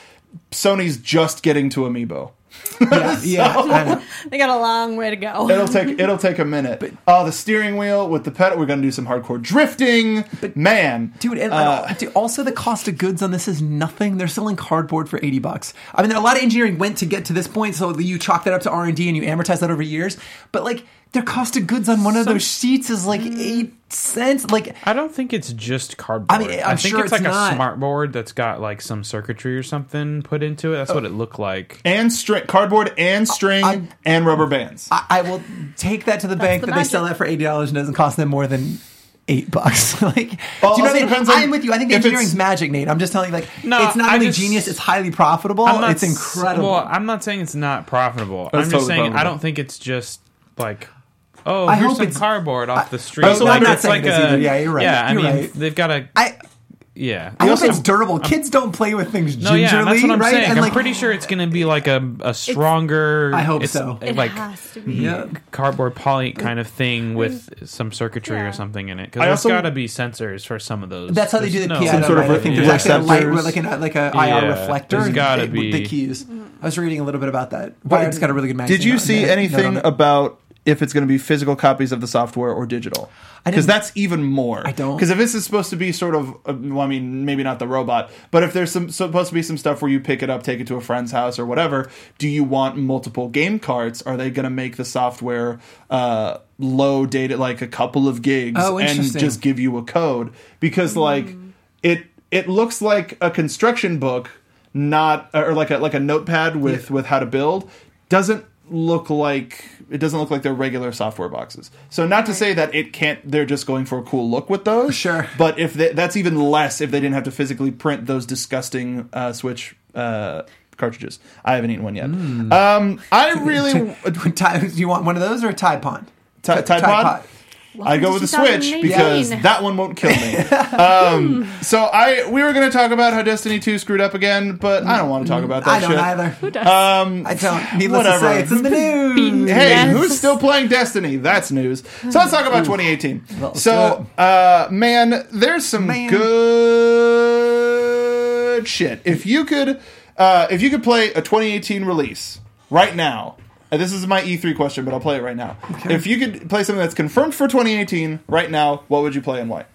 Sony's just getting to Amiibo.
Yeah, yeah. I know.
They got a long way to go.
It'll
Mm-hmm.
take it'll take a minute. uh, the steering wheel with the pedal, we're gonna do some hardcore drifting. man,
Dude, and
uh,
dude, also the cost of goods on this is nothing. They're selling cardboard for eighty bucks. I mean, there, a lot of engineering went to get to this point, so you chalk that up to R and D and you amortize that over years. But like, their cost of goods on one of those sheets is like
Hmm.
eight cents. Like,
I don't think it's just cardboard.
I mean, I'm
I think
sure
it's like
it's not.
a smart board that's got like some circuitry or something put into it. That's what it looked like.
and string, cardboard, and string,
I-
and rubber bands.
I, I will take that to the bank
the
that they sell that
magic.
for eighty dollars and doesn't cost them more than eight bucks. like,
Well,
do
also
you know what I mean?
depends on
I'm with you. I think the
if it's-
engineering's magic, Nate. I'm just telling you, like,
No,
it's not
I
only
just-
genius; it's highly profitable.
I'm not
Oh, It's
s-
incredible.
Well, I'm not saying it's not profitable.
That's
I'm just
totally
saying I
profitable.
don't think it's just like oh,
I hope
here's some
it's-
cardboard off
I- Oh,
the street.
also, I'm
like,
not
it's
saying
like
it is
a
either. Yeah, you're right.
Yeah, I
You're
mean
right.
they've got a
I,
yeah.
I hope
also-
it's durable. Kids don't play with things
no,
gingerly,
yeah, and that's what I'm
right?
saying.
And
I'm
like,
pretty sure it's going to be like a, a stronger.
I hope
it's
so.
it
Like
has to be.
yeah.
cardboard poly
Mm.
kind of thing with some circuitry
Yeah.
or something in it.
I
Because there's
also-
got to be sensors for some of those.
That's how they
There's
do the
no-
piano.
Some sort of
right? I think there's actually a
reflectors.
light, with, like an like a IR
Yeah,
reflector.
there's gotta
that-
be.
that keys. I was reading a little bit about that. Wired's got a really good magazine.
Did you
on
see
that.
anything
No, no, no.
about if it's going to be physical copies of the software or digital?
I
Because
didn't-
that's even more. I
don't-
Because if this is supposed to be sort of, uh, well, I mean, maybe not the robot, but if there's some supposed to be some stuff where you pick it up, take it to a friend's house or whatever, do you want multiple game carts? Are they going to make the software uh, low data, like a couple of gigs,
Oh,
and
interesting.
just give you a code? Because like it, it looks like a construction book, not or like a like a notepad with with how to build doesn't look like it doesn't look like they're regular software boxes. So not to say that it can't they're just going for a cool look with those.
Sure.
But if they, that's even less if they didn't have to physically print those disgusting uh, Switch uh, cartridges. I haven't eaten one yet. Um, I really
Tide- Do you want one of those or a Tide Pond?
Tide, Tide Pod. I go with the Switch
2018.
because that one won't kill me. um, so I we were going to talk about how Destiny 2 screwed up again, but I don't want to talk about that
I don't
shit.
either.
Um,
I don't. Needless
whatever.
to say, it's in the news.
Hey,
Yes.
who's still playing Destiny? That's news. So let's talk about 2018.
let's
So, uh, man, there's some
Man.
good shit. If you could, uh, if you could play a 2018 release right now, and this is my E3 question, but I'll play it right now. If you could play something that's confirmed for 2018 right now, what would you play and why?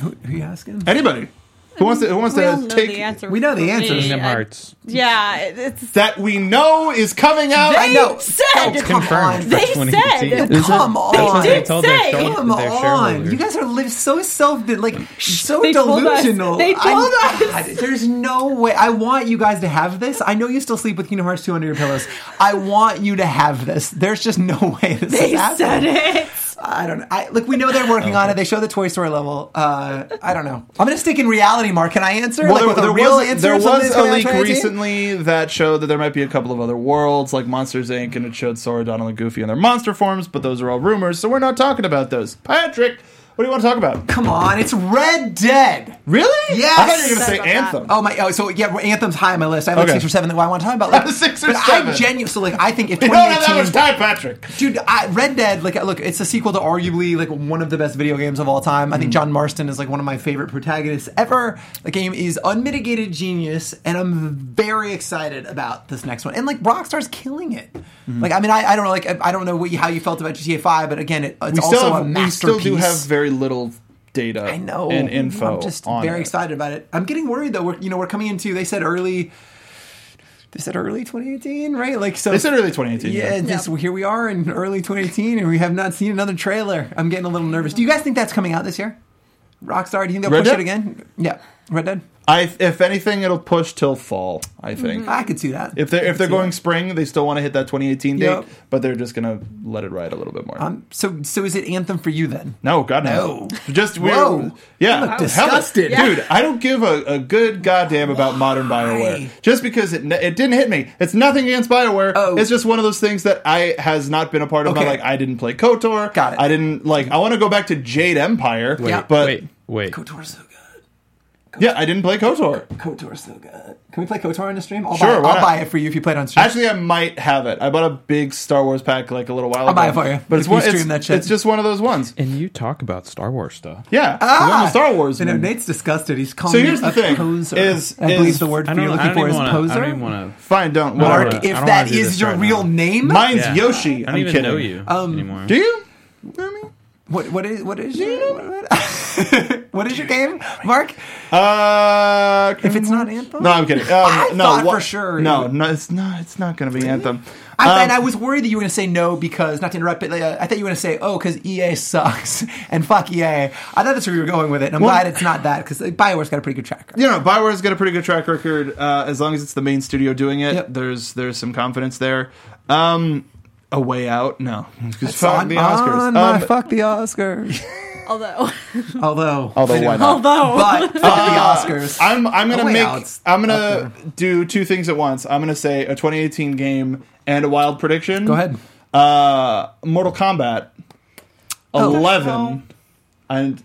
Who, who are you asking?
Anybody who wants to who wants
We'll
to
know
take
the answer.
We know the
for
answer.
me.
Kingdom
I-
Hearts.
Yeah, it- it's
that we know is coming out.
They
I know.
said.
Come
Confirmed.
on.
for
They
2018.
said-
That's
Come
what
on.
they
They
told their
said-
share-
Come
their
on!
shareholders.
You guys are live so self like so
They told us.
delusional.
They told
I-
us.
God, there's no way. I want you guys to have this. I know you still sleep with Kingdom Hearts 2 under your pillows. I want you to have this. There's just no way this
They
is happening.
said it.
I don't know. I, look, we know they're working on it. They show the Toy Story level. Uh, I don't know. I'm gonna stick in reality, Mark. Can I answer?
Well,
like
there,
with
there
a real
was,
answer?
there
or something
was
that's
a
coming out
leak
2018?
recently that showed that there might be a couple of other worlds, like Monsters Inc., and it showed Sora, Donald, and Goofy in their monster forms, but those are all rumors, so we're not talking about those. Patrick, what do you want to talk about?
Come on, it's Red Dead.
Really?
Yes!
I thought you were going to say
Sorry about that.
Anthem.
Oh my! Oh, so yeah, Anthem's high on my list. I have like
Okay.
six or seven that I want to talk about. Like,
Six or
but I
seven.
genuinely so like I think if
we don't have that much
2018
time, Patrick.
Dude, I, Red Dead, like, look, it's a sequel to arguably like one of the best video games of all time.
Mm.
I think John Marston is like one of my favorite protagonists ever. The game is unmitigated genius, and I'm very excited about this next one. And like, Rockstar's killing it.
Mm-hmm.
Like, I mean, I, I don't know, like, I I don't know what you, how you felt about GTA Five, but again, it, it's
We
also
still,
a
have, we still
masterpiece.
do have very little data
I know.
and info.
I'm just
on
very
it.
excited about it. I'm getting worried though. We're, you know, we're coming into. They said early. They said early 2018, right? Like so.
They said early 2018.
Yeah,
Yeah.
this, here we are in early 2018, and we have not seen another trailer. I'm getting a little nervous. Do you guys think that's coming out this year? Rockstar, do you think they'll
Red
push
Dead?
it again? Yeah, Red Dead.
I, if anything, it'll push till fall, I think.
Mm-hmm.
I could see that.
If they're if they're going spring, they still want to hit that 2018 date,
Yep.
but they're just gonna let it ride a little bit more.
um, so, so is it Anthem for you then?
no, God no. Just we
Whoa.
yeah,
You look
Hell,
disgusted.
dude. I don't give a, a good goddamn about modern Bioware. Just because it ne- it didn't hit me, it's nothing against Bioware.
Oh.
It's just one of those things that I has not been a part of. My
Okay.
like I didn't play Kotor.
Got it.
I didn't like. I want to go back to Jade Empire.
Yeah.
but
Wait, wait.
KOTOR's so good.
yeah, I didn't play Kotor.
KOTOR's so good. Can we play KOTOR on the stream? I'll
Sure,
buy it.
why
I'll
not?
buy it for you if you play it on stream.
Actually, I might have it. I bought a big Star Wars pack like a little while ago.
buy it for you
But
if
it's
you
one.
stream
It's,
that shit.
it's just one of those ones.
And you talk about Star Wars stuff.
Yeah, 'cause
Ah!
I'm a Star Wars.
I know
man.
Nate's disgusted. He's calling
So
me
here's the
a
thing,
poser.
is-
I
is-
believe the word
I
for
don't,
you're
I
looking
don't
for
even
is
wanna,
poser.
I don't even want to.
Fine, don't.
Mark,
Whatever.
I
if
don't
that
wanna do
is
this
your
right
real
now.
name,
Mine's
Yeah.
Yoshi.
I
I'm
don't even
kidding.
know you
Um,
anymore.
Do you? know me?
what, what is what is your what is your name, Mark?
Uh,
If it's
Mm-hmm.
not Anthem,
no, I'm kidding. Um,
I
no,
thought
wha-
for sure.
No, no, it's not. It's not going to be Anthem.
I,
Um,
and I was worried that you were going to say no because not to interrupt, but uh, I thought you were going to say oh because EA sucks and fuck EA. I thought that's where you were going with it. And I'm glad it's not that because like, Bioware's got a pretty good track. record.
you know, Bioware's got a pretty good track record. Uh, as long as it's the main studio doing it,
Yep.
there's there's some confidence there. Um, a way out? No, because fuck
on,
the Oscars.
on my
Um,
fuck the Oscars.
Although,
Although,
although
I
why
know.
not?
Oh.
although
Uh, But fuck
Uh,
the Oscars.
I'm I'm gonna
Oh, wait,
make
no, it's
I'm
up
gonna do two things at once. I'm gonna say a 2018 game and a wild prediction.
Go ahead.
Uh, Mortal Kombat
Oh.
11. And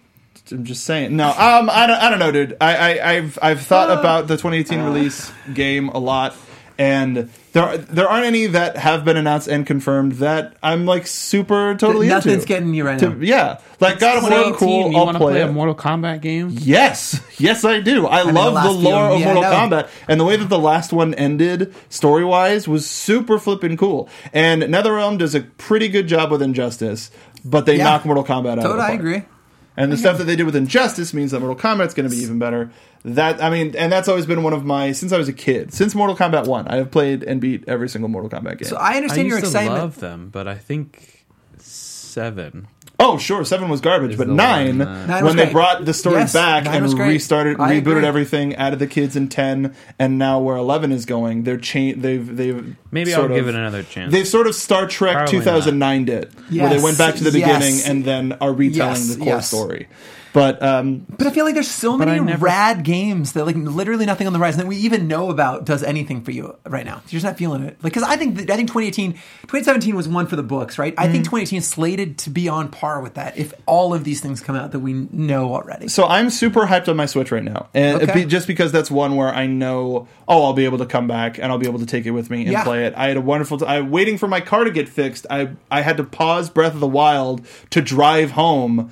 I'm just saying. No, um, I don't I don't know, dude. I, I I've I've thought about the 2018 release game a lot. And there, are- there aren't any that have been announced and confirmed that I'm like super totally
Nothing's
into.
getting you right
To-
now.
yeah, like God of War,
2018,
cool.
you
I'll
wanna
play,
play a
it.
Mortal Kombat game?
Yes, yes, I do. I love
the
the,
last few,
lore of
yeah, I
Mortal
know.
Kombat, and the way that the last one ended story wise was super flippin' cool. And NetherRealm does a pretty good job with Injustice, but they
Yeah.
knock Mortal Kombat out. of
Totally,
the
I
park.
agree.
And the stuff that they did with Injustice means that Mortal Kombat's going to be even better. That I mean, and that's always been one of my since I was a kid. Since Mortal Kombat One, I have played and beat every single Mortal Kombat game.
So I
I
understand
used
your
to
excitement.
love them, but I think seven
Oh, sure, seven was garbage, but
the
nine,
one, uh,
Nine was
when they
great.
brought the story
Yes,
back
nine was
and
great.
restarted,
I
rebooted
agree.
everything, added the kids in ten, and now where eleven is going, they're cha- They've they've
Maybe
sort
I'll give
of-
it another chance.
They've sort of Star Trek
Probably
2009 did, where they
Yes,
went back to the
yes.
beginning and then are retelling
Yes,
the core
yes.
story. But um,
But I feel like there's so many
I never-
rad games that like literally nothing on the horizon that we even know about does anything for you right now. You're just not feeling it. Like because I think that, I think 2018, 2017 was one for the books, right? I
Mm.
think 2018 is slated to be on par with that if all of these things come out that we know already.
so I'm super hyped on my Switch right now, and
Okay.
be, just because that's one where I know, oh, I'll be able to come back and I'll be able to take it with me and
Yeah.
play it. I had a wonderful time waiting for my car to get fixed. I I had to pause Breath of the Wild to drive home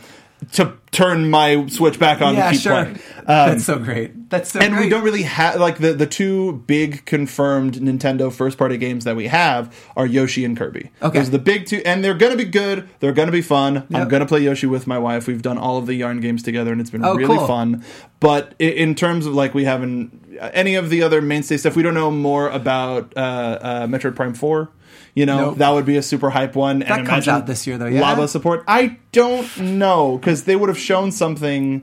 to turn my Switch back on
yeah,
and keep
sure.
playing. Um,
That's so great. That's so
and
great.
we don't really have like the the two big confirmed Nintendo first party games that we have are Yoshi and Kirby.
Okay.
those are the big two, and they're gonna be good. They're gonna be fun. I'm
Yep.
gonna play Yoshi with my wife. We've done all of the Yarn games together, and it's been
Oh,
really
cool.
fun. But i- in terms of like we haven't uh, any of the other mainstay stuff, we don't know more about uh, uh, Metroid Prime Four. You know
Nope.
that would be a super hype one. That and
comes
imagine
out this year, though, yeah?
Lava support. I don't know because they would have shown something.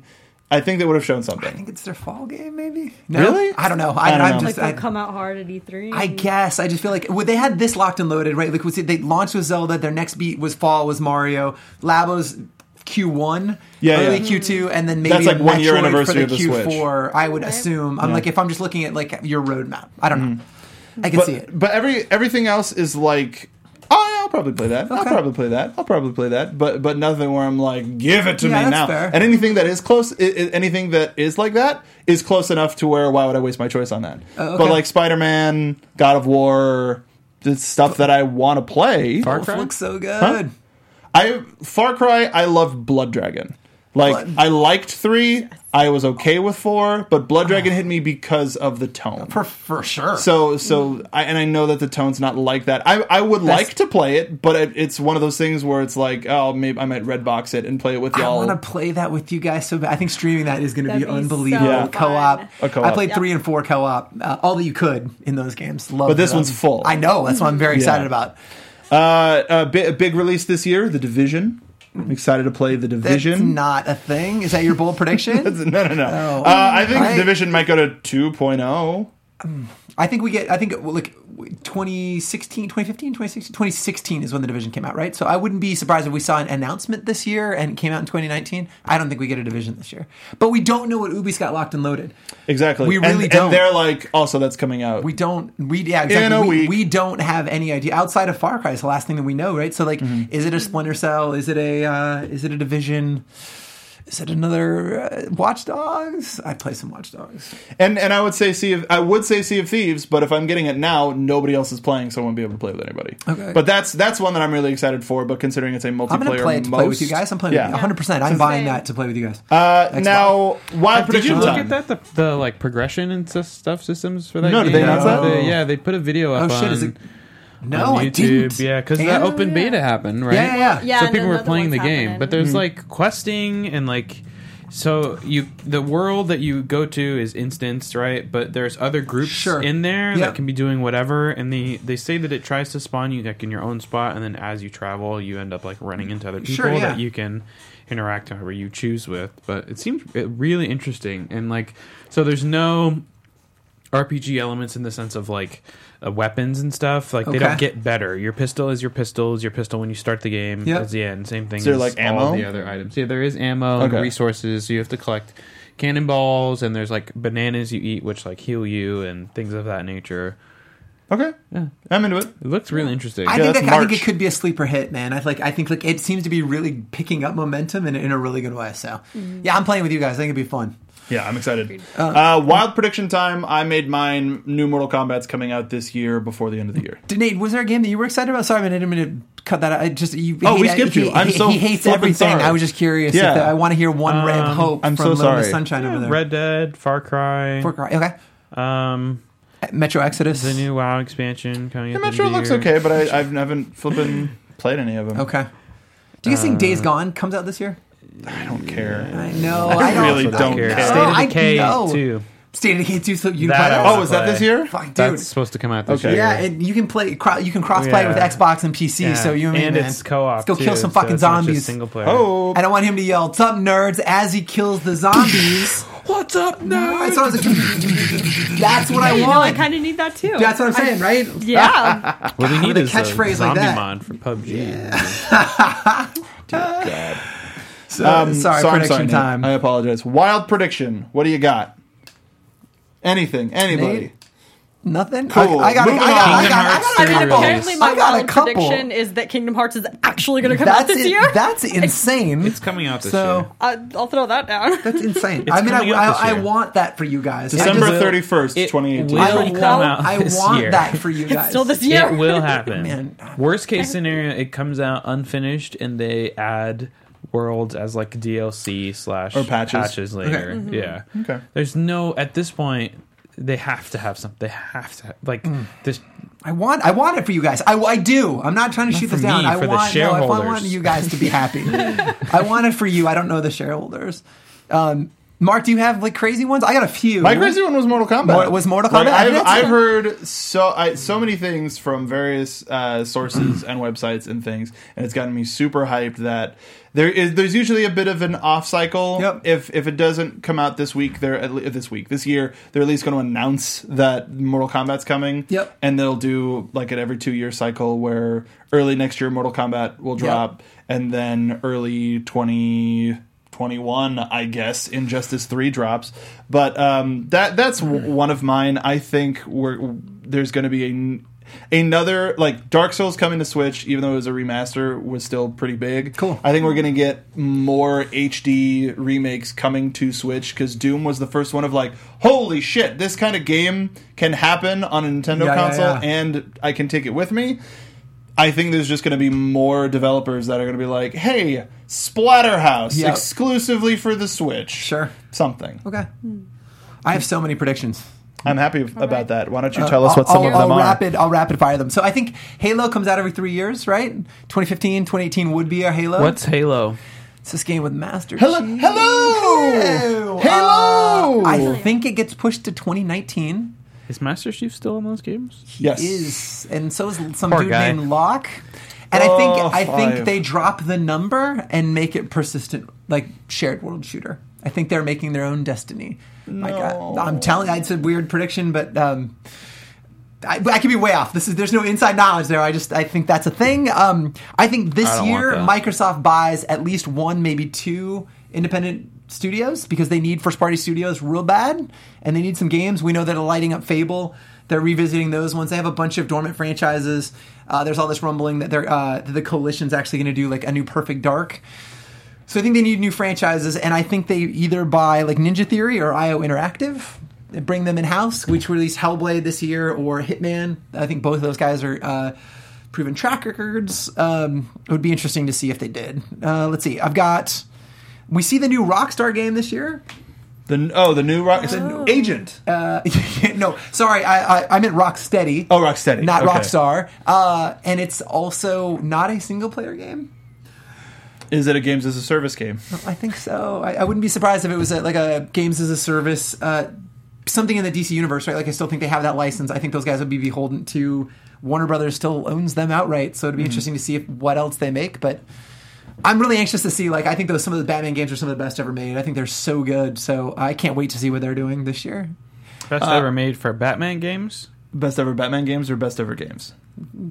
I think they would have shown something.
I think it's their fall game, maybe. No?
Really?
I don't know. I,
I don't
I'm
know.
just
Like
I,
they'll come out hard at E E3.
I guess I just feel like well, they had this locked and loaded, right? Like was it, they launched with Zelda, their next beat was fall was Mario, Labo's Q1,
Yeah,
early
yeah.
Q2, and then maybe
That's like one year
Metroid
anniversary
for
of the
Q4. I would
Right.
assume. I'm like if I'm just looking at like your roadmap, I don't know. I can
Mm. but,
see it.
But every everything else is like, oh, yeah, I'll probably play that. I'll
Okay.
probably play that. I'll probably play that. But but nothing where I'm like, give it to
Yeah,
me
that's
now.
fair.
And anything that is close, i i- anything that is like that is close enough to where why would I waste my choice on that?
Oh, okay.
But like Spider Man, God of War, the stuff that I want to play.
Far
Wolf
Cry?
looks so good.
I Far Cry. I love Blood Dragon. Like
Blood-
I liked three. I was okay with four, but
Uh-huh.
Blood Dragon hit me because of the tone.
For, for sure.
So so I, and I know that the tone's not like that. I I would like to play it, but it, it's one of those things where it's like, oh, maybe I might redbox it and play it with
I
y'all.
want to play that with you guys so bad. I think streaming that is going to be,
That'd be
unbelievable.
so
co-op.
fun.
A co-op.
I played
Yep.
three and four co-op, uh, all that you could in those games. Love
But this one's full.
I know. That's what I'm very excited about.
Uh, uh, bi- a big release this year, The Division. I'm excited to play The
That's
Division.
not a thing. Is that your bold prediction?
no, no, no.
Oh.
Uh, I think
I-
The Division might go to oh. 2.0.
I think we get. I think well, like 2016, 2015, 2016, 2016 is when the division came out, right? So I wouldn't be surprised if we saw an announcement this year and it came out in 2019. I don't think we get a division this year, but we don't know what Ubi's got locked and loaded.
Exactly.
We
And-
really
and,
don't.
they're like, also that's coming out.
We don't. We yeah. Exactly.
In a
we,
week.
we don't have any idea outside of Far Cry. Is the last thing that we know, right? So like,
Mm-hmm.
is it a Splinter Cell? Is it a uh, is it a division? Is it another uh, Watch Dogs? I play some Watch Dogs.
and and I would say Sea of I would say Sea of Thieves, but if I'm getting it now, nobody else is playing, so I won't be able to play with anybody.
Okay.
But that's that's one that I'm really excited for. But considering it's a multiplayer,
I'm gonna play it to
most,
play with you guys. I'm playing
yeah.
with you 100. percent I'm buying
Same.
that to play with you guys.
Uh,
Xbox.
now, wild
Did you
prediction
look
time.
at that? The, the like progression and sys- stuff systems for that.
No, did
game?
they announce
that?
They- yeah, they put a video
oh
up
shit!
on,
Is
on
it? No,
YouTube.
I didn't.
Yeah, because
And-
that open beta happened, right?
Yeah, yeah, yeah.
Yeah,
so
and
people were
another
playing the
one's
game,
happening.
but there's
Hmm.
like questing and like. So you the world that you go to is instanced, right? But there's other groups
Sure.
in there
Yeah.
that can be doing whatever, and they they say that it tries to spawn you like in your own spot, and then as you travel, you end up like running into other people
Sure, yeah.
that you can interact however you choose with. But it seems uh, really interesting, and like so there's no RPG elements in the sense of like uh, weapons and stuff. Like they don't
Okay.
get better. Your pistol is your pistol is your pistol when you start the game.
Yep.
That's the end. Same thing.
Is there,
as
like,
all
ammo?
The other items. Yeah, there is ammo and
Okay.
resources. So you have to collect cannonballs and there's like bananas you eat which like heal you and things of that nature.
Okay, I'm into it.
It looks really interesting.
I
Yeah,
think
that's
that, I think
March.
it could be a sleeper hit, man. I like I think like it seems to be really picking up momentum in, in a really good way. So yeah, I'm playing with you guys. I think it'd be fun.
Yeah, I'm excited. Uh, wild prediction time. I made mine. New Mortal Kombat's coming out this year before the end of the year.
Nate, was there a game that you were excited about? Sorry, man, I didn't mean to cut that out. I just you.
Oh,
he-
we skipped
he-
you. I'm
he-
so
he hates
flippin'
everything.
sorry.
I was just curious. if
Yeah. Um,
that- I want to hear one ray of hope.
I'm
from
so
Little Miss
sorry.
Sunshine over there.
Red Dead, Far Cry,
Far Cry. Okay.
um,
Metro Exodus.
the new WoW expansion coming.
The
at the end
Metro
of the
looks
year.
okay, but I, I haven't flipping played any of them.
Okay. Do you
Uh,
think Days Gone comes out this year?
I don't care.
I know. I, don't,
really don't care.
know.
State
State of
I
Decay
know.
too.
State of Decay 2 so you can
That
play
I
that.
Oh, is that
Play.
this year?
Fuck, dude.
That's supposed to come out this
Okay.
year.
yeah, and you can play cro- you can cross play it with
Yeah.
Xbox and PC, so you and, me,
and
man.
it's co-op.
Let's go
too,
kill some
so
fucking
it's not just
zombies.
Single player.
Oh,
I don't want him to yell, "What's up, nerds?" as he kills the zombies.
what's up now?
Right, so I was like, That's what I
I
want.
kind of need that too.
That's what I'm saying, right?
Yeah.
What we need
with a
is
catchphrase
a
like
zombie
that.
mod for PUBG.
So,
Um,
Uh, sorry,
so I'm
prediction
sorry, Nate.
time.
Uh,
I apologize. Wild prediction. What do you got? Anything? Anybody?
Nate? Nothing.
Cool.
I, I got. I
Moving
got.
on.
I got. I
Kingdom Hearts
got, I
I mean,
Serious.
apparently my
I got a
wild
couple.
prediction is that Kingdom Hearts is actually going to come out
that's
this
it-
year.
That's insane.
It's coming out this year.
so
I, I'll throw that down.
that's insane. I mean, I,
coming out this
I, I
year.
want that for you guys.
December
I
It will-
31st,
it
2018.
will
I
come
want-
out
I
this
want
year.
that for you guys.
Still this year.
It will happen.
Man.
Worst case scenario, it comes out unfinished, and they add worlds as like DLC slash
Or patches.
later. Yeah.
Okay.
There's no at this point. They have to have something. They have to have, like this.
I want. I want it for you guys. I, I do. I'm not trying to shoot
for
this down.
me,
I
for the
want. No, I want- I want
shareholders.
you guys to be happy. I want it for you. I don't know the shareholders. Um, Mark, do you have like crazy ones? I got a few.
My crazy one was Mortal Kombat.
Mor- was Mortal Kombat?
Like,
I
I've,
didn't see
I've
that.
heard so I, so many things from various uh, sources and websites and things, and it's gotten me super hyped that there is there's usually a bit of an off cycle.
Yep.
If if it doesn't come out this week, they're at le- this week this year they're at least going to announce that Mortal Kombat's coming.
Yep.
And they'll do like an every two year cycle where early next year Mortal Kombat will drop, and then early twenty. 21 i guess injustice 3 drops but um that that's w- one of mine i think we're there's going to be a n- another like dark souls coming to switch even though it was a remaster was still pretty big
Cool.
i think we're going to get more hd remakes coming to switch because doom was the first one of like holy shit this kind of game can happen on a nintendo
Yeah, yeah,
console
yeah.
and i can take it with me I think there's just going to be more developers that are going to be like, "Hey, Splatterhouse
Yeah.
exclusively for the Switch."
Sure.
Something.
Okay. I have so many predictions.
I'm happy about that. Why don't you tell us
Uh, I'll-
what some
I'll,
of them
I'll
are?
Rapid, I'll rapid fire them. So I think Halo comes out every three years, right? 2015, 2018 would be our Halo.
What's Halo?
It's this game with Master
Hello,
Chief.
hello,
Uh,
hello.
I think it gets pushed to 2019.
Is Master Chief still in those games?
yes.
Is and so is some
Poor
dude
guy.
named Locke. And I
Oh,
think I think
five.
they drop the number and make it persistent, like shared world shooter. I think they're making their own destiny. My God, I'm telling. It's a weird prediction, but um, I, I could be way off. This is there's no inside knowledge there. I just I think that's a thing. Um, I think this
I don't
year
want
Microsoft buys at least one, maybe two independent studios because they need first party studios real bad, and they need some games. We know they're lighting up Fable. They're revisiting those ones. They have a bunch of dormant franchises. Uh, there's all this rumbling that they're uh, that the coalition's actually going to do like a new Perfect Dark. So I think they need new franchises, and I think they either buy like Ninja Theory or IO Interactive, and bring them in house, which released Hellblade this year or Hitman. I think both of those guys are uh, proven track records. Um, it would be interesting to see if they did. Uh, let's see. I've got. We see the new Rockstar game this year.
the oh the new rock agent.
Uh, no, sorry, I, I I meant Rocksteady.
Oh, Rocksteady.
not
Okay.
Rockstar. Uh, and it's also not a single player game.
Is it a games as a service game?
I think so. I, I wouldn't be surprised if it was a, like a games as a service, uh, something in the DC universe, right? Like I still think they have that license. I think those guys would be beholden to Warner Brothers still owns them outright. So it'd be interesting to see if, what else they make. But I'm really anxious to see. Like I think those some of the Batman games are some of the best ever made. I think they're so good. So I can't wait to see what they're doing this year.
Best ever made for Batman games.
Best ever Batman games or best ever games?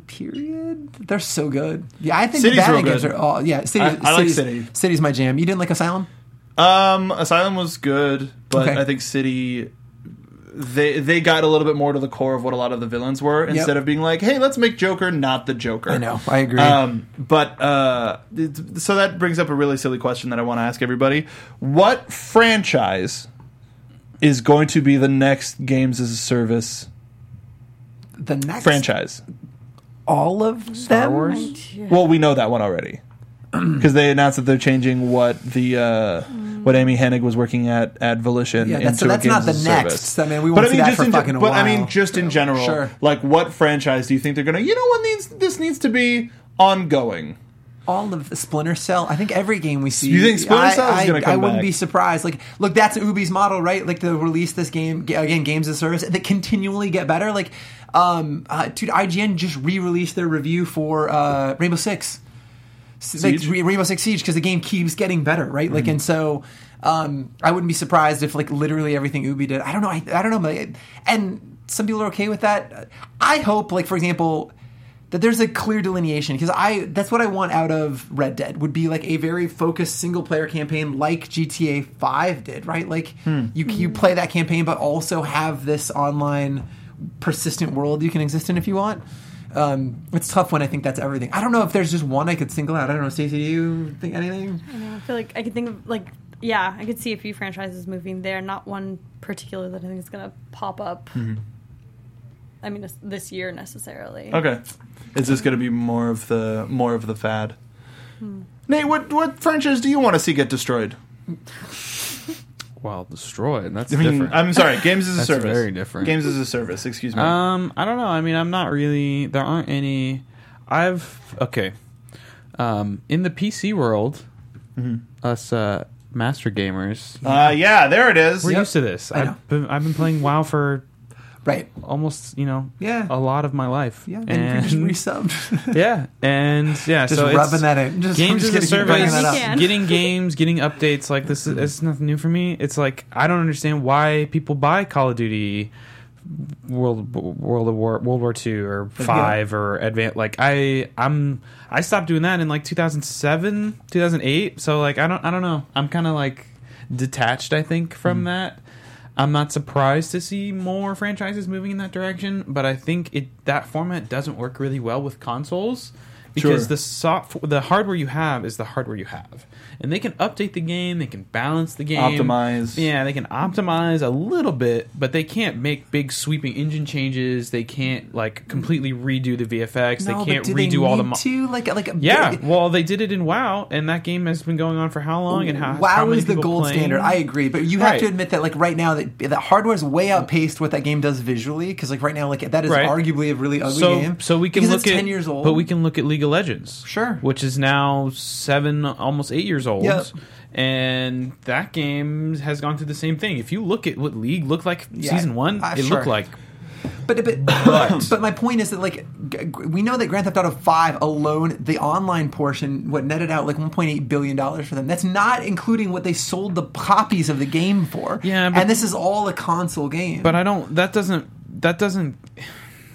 Period. They're so good. Yeah, I think
City's
the Batman
real
games
good.
are all. Yeah, City.
I- I like
City's,
City.
City's my jam. You didn't like Asylum?
Um, Asylum was good, but
Okay.
I think City they they got a little bit more to the core of what a lot of the villains were instead of being like, hey, let's make Joker not the Joker.
I know. I agree.
Um, but uh, it- so that brings up a really silly question that I want to ask everybody: What franchise is going to be the next games as a service
the next
franchise?
all of them.
Well, we know that one already because they announced that they're changing what the uh, what Amy Hennig was working at at Volition
Yeah,
into
that's- so that's
a games
not the
as a
next.
service.
I mean, we won't see that
just
for
in ge-
fucking a
but I
while.
mean, just in general,
Sure.
like what franchise do you think they're gonna? You know, what needs this needs to be ongoing.
all of Splinter Cell. I think every game we see.
You think Splinter Cell is
I, I-
gonna come
I wouldn't
back?
be surprised. Like, look, that's Ubi's model, right? Like, to release this game g- again, games as service that continually get better. Like, um, uh, dude, IGN just re-released their review for uh, Rainbow Six. S- like
Siege?
Re- Rainbow Six Siege because the game keeps getting better, right? Like, and so um, I wouldn't be surprised if like literally everything Ubi did. I don't know. I, I don't know. but it- And some people are okay with that. I hope, like for example, that there's a clear delineation because I that's what I want out of Red Dead would be like a very focused single player campaign like GTA Five did, right? Like you you play that campaign, but also have this online persistent world you can exist in if you want. Um, it's tough when I think that's everything. I don't know if there's just one I could single out. I don't know, Stacey, do you think anything?
I feel like I could think of like yeah, I could see a few franchises moving there, not one particular that I think is going to pop up. I mean, this, this year necessarily.
Okay. Is this going to be more of the more of the fad?
Hmm.
Nate, what what franchise do you want to see get destroyed?
Well, destroyed. That's
I mean,
different.
I'm sorry, games as a
That's
service.
very different.
Games as a service. Excuse me.
Um, I don't know. I mean, I'm not really. There aren't any. I've okay. Um, in the PC world, us uh, master gamers,
uh, yeah, there it is.
we're used to this.
I know.
I've been I've been playing WoW for
Right.
almost you know
Yeah.
a lot of my life.
Yeah,
and,
and you just resubbed.
yeah, and yeah.
just
so it's-
rubbing that in. Just,
games
I'm
as a
just kidding, bringing
service,
that up.
You can.
getting games, getting updates. Like this is it's nothing new for me. It's like I don't understand why people buy Call of Duty, World World of War World War Two or Five or Advanced. Like I I'm I stopped doing that in like 2007, 2008. So like I don't I don't know. I'm kind of like detached. I think from that. I'm not surprised to see more franchises moving in that direction, but I think it that format doesn't work really well with consoles because
Sure.
the soft the hardware you have is the hardware you have, and they can update the game, they can balance the game,
Optimize.
Yeah, they can optimize a little bit, but they can't make big sweeping engine changes. They can't like completely redo the VFX.
No, but
they can't
do
redo
they
all the.
need
Mo-
to? like like
yeah,
they-
well, they did it in WoW, and that game has been going on for how long? And how?
WoW
how many
is the
people
gold
playing?
standard. I agree, but you have
Right.
to admit that like right now that that hardware is way outpaced what that game does visually because like right now like that is
Right.
arguably a really ugly
so,
game.
So we can
because
look
it's
at
ten years old,
but we can look at League of Legends,
Sure.
which is now seven, almost eight years old,
Yep.
and that game has gone through the same thing. If you look at what League looked like
Yeah,
season one,
uh,
it
sure.
looked like
But but, but my point is that like g- g- we know that Grand Theft Auto Five alone, the online portion, what netted out like 1.8 billion dollars for them. That's not including what they sold the copies of the game for.
Yeah, but-
and this is all a console game.
but I don't. That doesn't. That doesn't.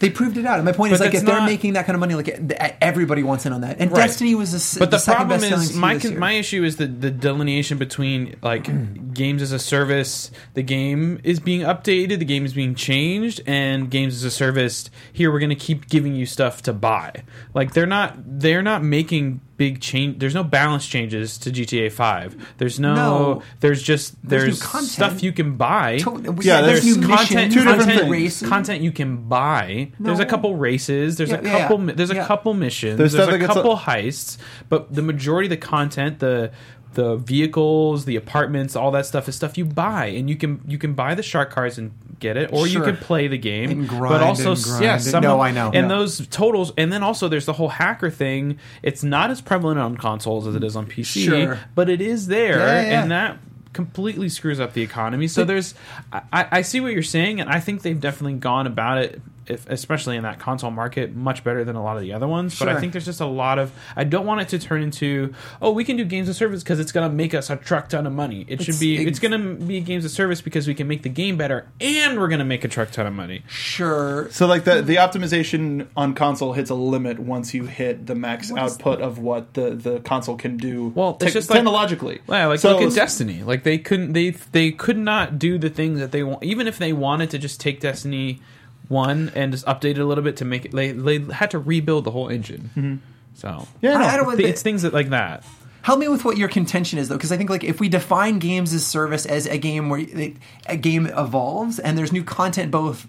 they proved it out. And my point is
But
like if
that's
they're
not-
making that kind of money, like e- everybody wants in on that. And
Right.
Destiny was the, s-
But the,
second
problem
best selling
is my
this
con-
year.
my issue is the the delineation between like games as a service. The game is being updated. The game is being changed, and games as a service. Here we're going to keep giving you stuff to buy. Like they're not they're not making big change. There's no balance changes to GTA Five. There's no,
No.
there's just
There's new
there's,
content.
stuff you can buy.
To- we-
Yeah,
there's,
there's
new
content,
missions,
two different
content
things.
races.
content you can buy. There's a
No.
couple races. There's a
Yeah, yeah,
couple.
yeah.
mi- There's
Yeah.
a couple missions.
There's
There's,
stuff that
a
gets-
couple heists. But the majority of the content, the the vehicles, the apartments, all that stuff is stuff you buy, and you can you can buy the shark cars and get it, or you
Sure.
can play the game
And grind
But also,
and
s-
grind
yeah,
and-
some
No,
of-
I know.
And
Yeah.
those totals, and then also there's the whole hacker thing. It's not as prevalent on consoles as it is on PC,
Sure.
but it is there,
Yeah, yeah, yeah.
and that completely screws up the economy. So there's, I, I see what you're saying, and I think they've definitely gone about it, if, especially in that console market, much better than a lot of the other ones. But
Sure.
I think there's just a lot of. I don't want it to turn into, oh, we can do games of service because it's going to make us a truck ton of money. It should
It's-
be,
it's-
it's going to be games of service because we can make the game better and we're going to make a truck ton of money.
Sure.
so like the the optimization on console hits a limit once you hit the max output of what the, the console can do.
Well, it's
tech-
just like-
technologically.
Yeah, like
So-
look at Destiny. Like they couldn't they they could not do the things that they want. Even if they wanted to just take Destiny one and just update it a little bit to make it, they they had to rebuild the whole engine. So
Mm-hmm. Yeah, no.
I- I don't-
Th- it's things that like that.
Help me with what your contention is, though, because I think like if we define games as service as a game where it, a game evolves and there's new content both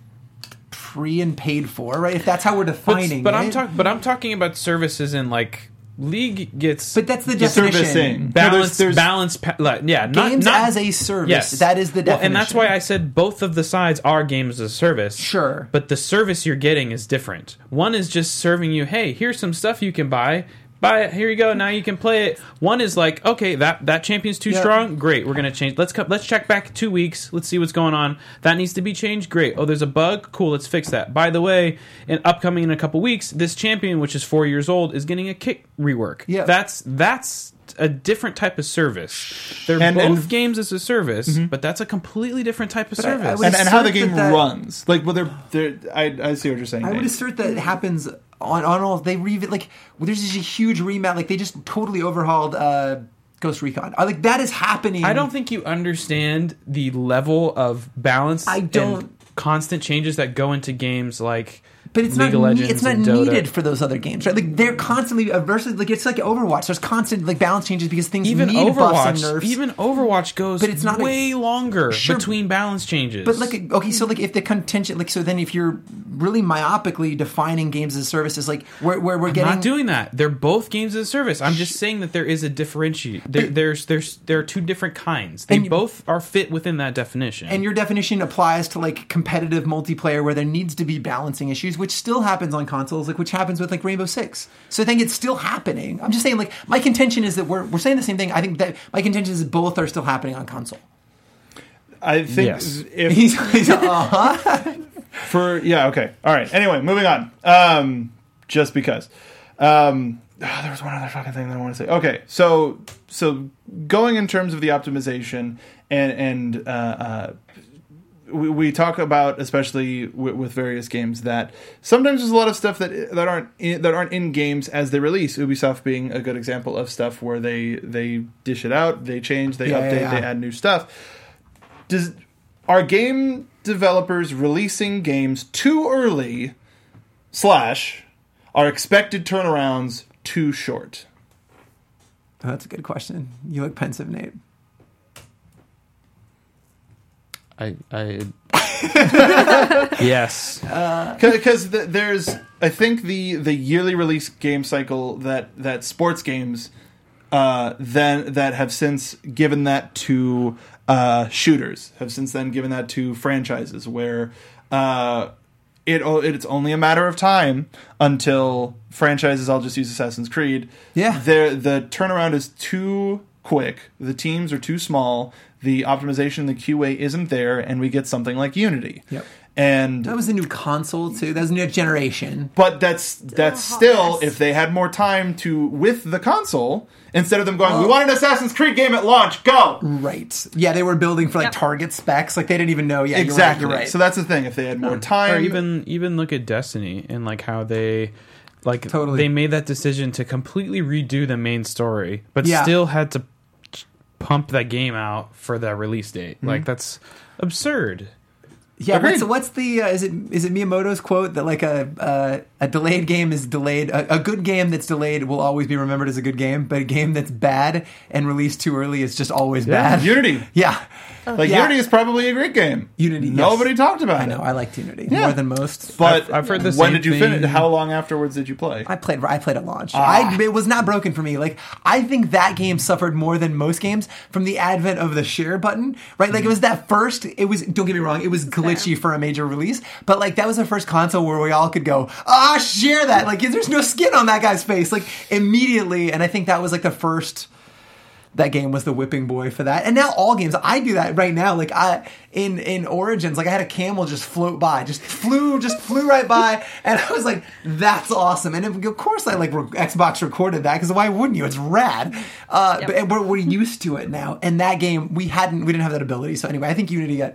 pre and paid for, right? If that's how we're
But,
defining,
but
it.
I'm talking but I'm talking about services and like League gets
But that's the
The
definition.
servicing. No,
balance
there's- there's-
balance pa- like, yeah not,
Games
not-
as a service.
yes
That is the
Well, and that's why
definition.
i said both of the sides are games as a service
Sure.
but the service you're getting is different one is just serving you hey here's some stuff you can buy buy it. Here you go. Now you can play it. One is like, okay, that that champion's too
Yeah.
strong. Great, we're gonna change. Let's co- let's check back two weeks. Let's see what's going on. That needs to be changed. Great. Oh, there's a bug. Cool. Let's fix that. By the way, in upcoming in a couple weeks, this champion, which is four years old, is getting a kick rework.
Yeah.
that's that's a different type of service. They're
And-
both
and-
games as a service, but that's a completely different type of
Mm-hmm. I- I
service.
would
and, and how the
assert that
game
that-
runs. Like, well, they're, they're I, I see what you're saying.
I would
Nate.
assert that it happens on on all. They re like there's just a huge remount. Like they just totally overhauled uh, Ghost Recon. Uh, Like that is happening.
I don't think you understand the level of balance.
I don't-
And constant changes that go into games like.
But it's
League
not
of
ne-
Legends
it's not
and Dota.
needed for those other games, right? Like they're constantly uh, versus like it's like Overwatch. There's constant like balance changes because things
Even
need buffs and
Overwatch,
nerfs.
even Overwatch goes
But it's not a-
way longer
Sure.
between balance changes.
but like okay, so like if the contention like so then if you're really myopically defining games as services like where where we're
I'm
getting
not doing that. They're both games as a service. I'm just saying that there is a differentiate. There, there's there's there are two different kinds. They
And you-
both are fit within that definition.
and your definition applies to like competitive multiplayer where there needs to be balancing issues which still happens on consoles like which happens with like rainbow six so i think it's still happening i'm just saying like my contention is that we're, we're saying the same thing i think that my contention is both are still happening on console
I think
Yes.
if
he's, he's uh-huh.
for yeah okay all right anyway moving on um just because um ah, there was one other fucking thing that i want to say okay so so going in terms of the optimization and and uh, uh we, we talk about especially with, with various games that sometimes there's a lot of stuff that that aren't in, that aren't in games as they release. Ubisoft being a good example of stuff where they they dish it out, they change, they
Yeah, yeah,
update,
yeah.
they add new stuff. Does are game developers releasing games too early? Slash, are expected turnarounds too short?
that's a good question you look pensive nate
I, I yes,
because th- there's I think the the yearly release game cycle that that sports games uh, then that have since given that to uh, shooters have since then given that to franchises where uh, it o- it's only a matter of time until franchises. I'll just use Assassin's Creed.
Yeah.
They're- the turnaround is too quick. The teams are too small. The optimization, the QA isn't there, and we get something like Unity.
Yep.
And
that was the new console too that was a new generation
but that's that's
hot
still
mess.
if they had more time to with the console instead of them going, we want an Assassin's Creed game at launch, go.
right yeah they were building for like
Yep.
target specs like they didn't even know yeah you're right,
Exactly.
you're right,
So that's the thing. If they had more time,
or even even look at Destiny and like how they like
Totally.
they made that decision to completely redo the main story, but
Yeah.
still had to pump that game out for that release date.
Mm-hmm.
Like that's absurd.
Yeah, what's,
Agreed.
what's the uh, is it is it Miyamoto's quote that like a uh, a delayed game is delayed a, a good game that's delayed will always be remembered as a good game, but a game that's bad and released too early is just always bad.
Unity.
yeah,
Oh,
Like
Yeah.
Unity is probably a great game.
Unity, yes.
Nobody talked about
I
it.
know I liked Unity
Yeah.
more than most.
But
I've- I've heard the
when
same
did you
thing.
finish? How long afterwards did you play?
I played. I played at launch. I, it was not broken for me. Like I think that game suffered more than most games from the advent of the share button. Right? Like it was that first. It was. Don't get me wrong. It was glitchy for a major release, but like that was the first console where we all could go, ah, share that. Like there's no skin on that guy's face. Like immediately, and I think that was like the first that game was the whipping boy for that. And now all games, I do that right now. Like I in in Origins, like I had a camel just float by, just flew, just flew right by, and I was like, "That's awesome!" And of course, I like re- Xbox recorded that because why wouldn't you? It's rad. Uh,
Yep.
But and we're, we're used to it now. And that game, we hadn't, we didn't have that ability. So anyway, I think Unity got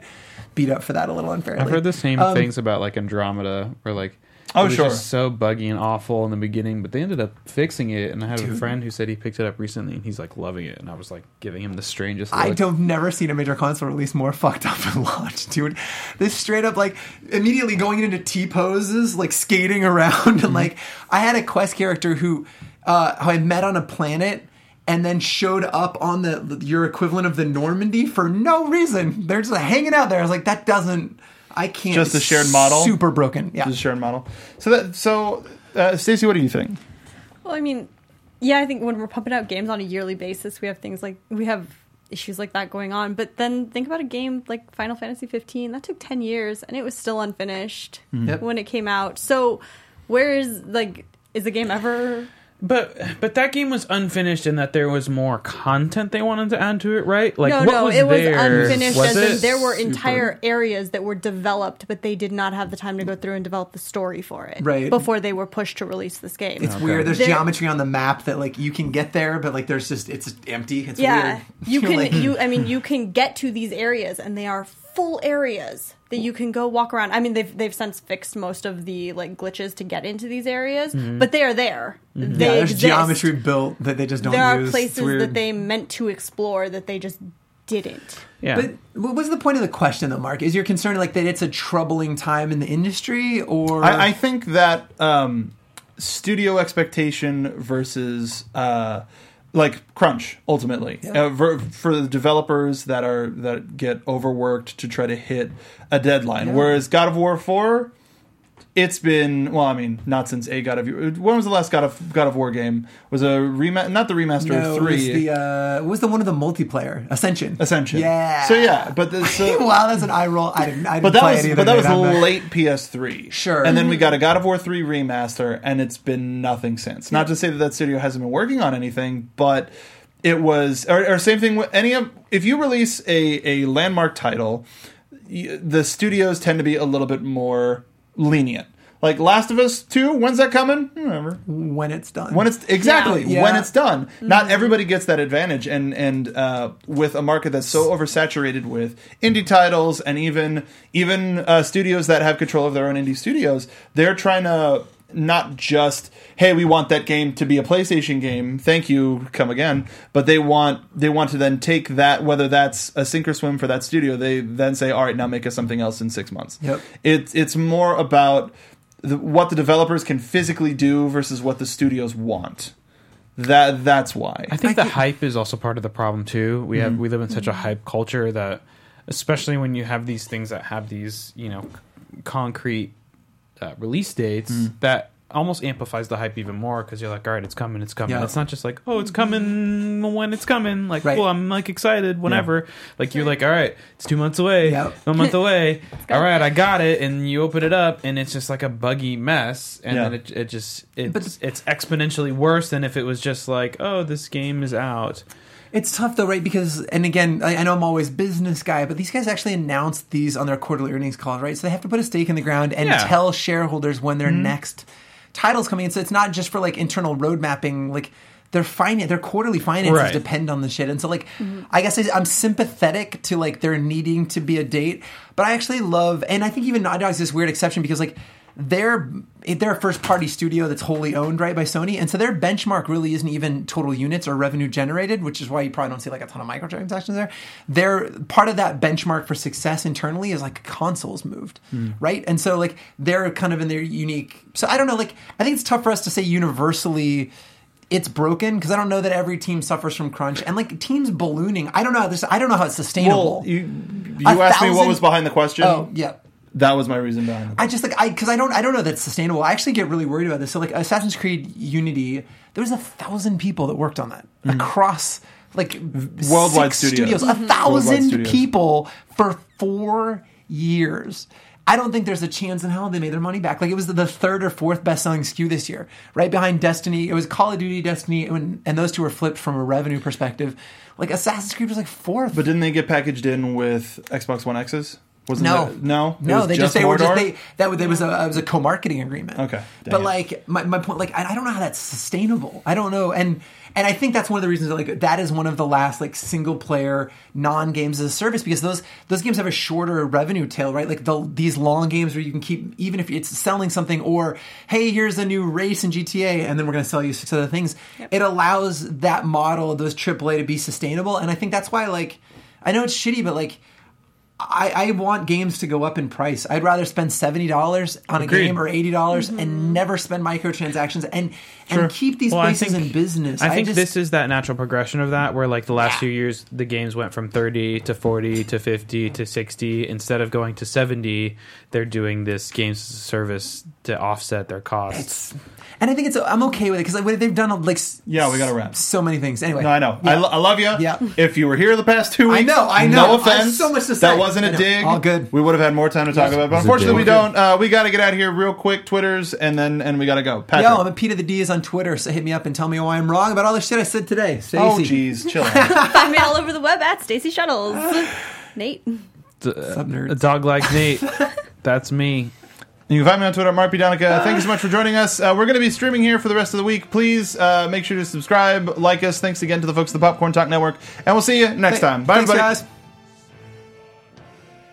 beat up for that a little unfairly.
I've heard the same things about like Andromeda, where like
Oh,
it was
sure.
just so buggy and awful in the beginning, but they ended up fixing it. And I have a friend who said he picked it up recently and he's like loving it, and I was like giving him the strangest.
I
look.
don't never seen a major console release more fucked up and launched, dude. This straight up like immediately going into T poses, like skating around,
Mm-hmm.
and like I had a quest character who uh, who I met on a planet and then showed up on the your equivalent of the Normandy for no reason. They're just hanging out there. I was like, that doesn't. I can't.
Just a shared model?
Super broken. Yeah.
The Sharon model. So that so uh, Stacy, what do you think?
Well, I mean, yeah, I think when we're pumping out games on a yearly basis, we have things like we have issues like that going on. But then think about a game like Final Fantasy 15 that took 10 years and it was still unfinished
Yep.
when it came out. So where is like is the game ever
But but that game was unfinished in that there was more content they wanted to add to it, right? Like
no,
what
no,
was
it was
there?
unfinished.
Was
as
it?
in there were entire areas that were developed, but they did not have the time to go through and develop the story for it
Right.
before they were pushed to release this game.
It's weird. There's
There-
geometry on the map that like you can get there, but like there's just it's empty. It's
yeah,
weird.
you can.
Like-
you, I mean, you can get to these areas, and they are full areas that you can go walk around. I mean, they've they've since fixed most of the like glitches to get into these areas,
Mm-hmm.
but they are there. They
yeah, there's
exist.
geometry built that they just don't.
There are
use. It's
places
weird.
that they meant to explore that they just didn't.
yeah.
But what was the point of the question, though, Mark? Is your concern like that it's a troubling time in the industry, or
I, I think that um, studio expectation versus uh, like crunch ultimately uh, ver- for the developers that are that get overworked to try to hit a deadline. Whereas God of War Four, it's been well, I mean, not since a God of when was the last God of God of War game was a rema not the remaster
no,
of
it was
three.
the uh, what was the one of the multiplayer Ascension?
Ascension.
Yeah.
So yeah, but the, so,
wow, that's an eye roll. I didn't. I didn't
But that
play
was
it either.
but that was
dude.
the
I'm not-
late PS3.
Sure. Mm-hmm.
And then we got a God of War 3 remaster, and it's been nothing since. Not to say that that studio hasn't been working on anything, but it was or, or same thing with any of if you release a a landmark title, y- the studios tend to be a little bit more lenient. Like Last of Us 2, when's that coming? Whatever
when it's done.
when it's exactly
Yeah.
when
Yeah.
it's done not everybody gets that advantage and and uh, with a market that's so oversaturated with indie titles and even even uh, studios that have control of their own indie studios they're trying to not just hey we want that game to be a PlayStation game thank you come again but they want they want to then take that whether that's a sink or swim for that studio they then say all right now make us something else in 6 months
Yep.
it's it's more about the, what the developers can physically do versus what the studios want. That that's why.
I think the hype is also part of the problem too. We have we live in such a
Mm-hmm.
hype culture that, especially when you have these things that have these you know c- concrete uh, release dates,
Mm.
that almost amplifies the hype even more because you're like, all right, it's coming, it's coming.
Yeah.
It's not just like, oh, it's coming when it's coming. Like,
Right.
well, I'm like excited whenever. Like you're like, all right, it's two months away,
Yep.
one month away. all right, I got it, and you open it up, and it's just like a buggy mess, and
Yeah.
then it, it just it's
But
it's exponentially worse than if it was just like, oh, this game is out.
It's tough though, right? Because and again, I, I know I'm always business guy, but these guys actually announce these on their quarterly earnings calls, right? So they have to put a stake in the ground and
Yeah.
tell shareholders when their next title's coming. in. So it's not just for like internal road mapping, like. Their finance, their quarterly finances
Right.
depend on the shit, and so like, I guess I, I'm sympathetic to like there needing to be a date, but I actually love, and I think even Naughty Dog's this weird exception because like they're they're a first party studio that's wholly owned right by Sony, and so their benchmark really isn't even total units or revenue generated, which is why you probably don't see like a ton of microtransactions there. Their part of that benchmark for success internally is like consoles moved, right? And so like they're kind of in their unique. So I don't know, like I think it's tough for us to say universally it's broken because I don't know that every team suffers from crunch and like teams ballooning. I don't know how this. I don't know how it's sustainable.
well, you you
A
asked me what
thousand-
was behind the question.
oh yeah.
That was my reason behind it.
I just like I because I don't I don't know that's sustainable. I actually get really worried about this. So like Assassin's Creed Unity, there was a thousand people that worked on that across like
Mm-hmm. Worldwide
six
studios.
A
Mhm. Worldwide
thousand
studios.
people for four years. I don't think there's a chance in hell they made their money back. Like it was the third or fourth best-selling SKU this year, right behind Destiny. It was Call of Duty, Destiny, and, and those two were flipped from a revenue perspective. Like Assassin's Creed was like fourth.
But didn't they get packaged in with Xbox One X's? Wasn't
No,
that- no, It
no.
was
They just, they were just
Mordor?
they that was- there was a it was a co-marketing agreement.
Okay, dang
but
it.
like my, my point, like I, I don't know how that's sustainable. I don't know, and and I think that's one of the reasons that, like that is one of the last like single player non games as a service because those those games have a shorter revenue tail, right? Like the, these long games where you can keep even if it's selling something or hey, here's a new race in GTA, and then we're going to sell you six other things. It allows that model of those AAA to be sustainable, and I think that's why like I know it's shitty, but like. I, I want games to go up in price. I'd rather spend seventy dollars on a
Agreed.
game or eighty dollars and never spend microtransactions and and keep these
I
places
think-
in business.
I think
just,
this is that natural progression of that, where like the last few years, the games went from 30 to 40 to 50 to 60. Instead of going to 70, they're doing this games as a service to offset their costs.
and I think it's I'm okay with it because like, they've done like s-
Yeah, we gotta wrap.
so many things. Anyway,
No, I know. I, lo- I love you.
Yeah.
If you were here the past two weeks,
know, I know. I
No
have
offense.
so much to
That
say.
wasn't
I
a
know.
dig.
All good.
We would have had more time to talk about it, but
It's a
unfortunately we
dig.
don't. Uh, we got to get out of here real quick. Twitters and then and we got to go. Patrick.
Yo, I'm a P to the D's on Twitter, so hit me up and tell me why I'm wrong about all the shit I said today. Stay
oh
easy.
jeez, chill. out.
Find me all over the web at Stacy Shuttles. Nate.
Sup, nerds?
A dog like Nate. That's me.
you can find me on Twitter at Mark P. Donica. Thank you so much for joining us. Uh, we're going to be streaming here for the rest of the week. Please uh, make sure to subscribe, like us. Thanks again to the folks at the Popcorn Talk Network, and we'll see you next time. Bye,
Thanks,
everybody.
guys.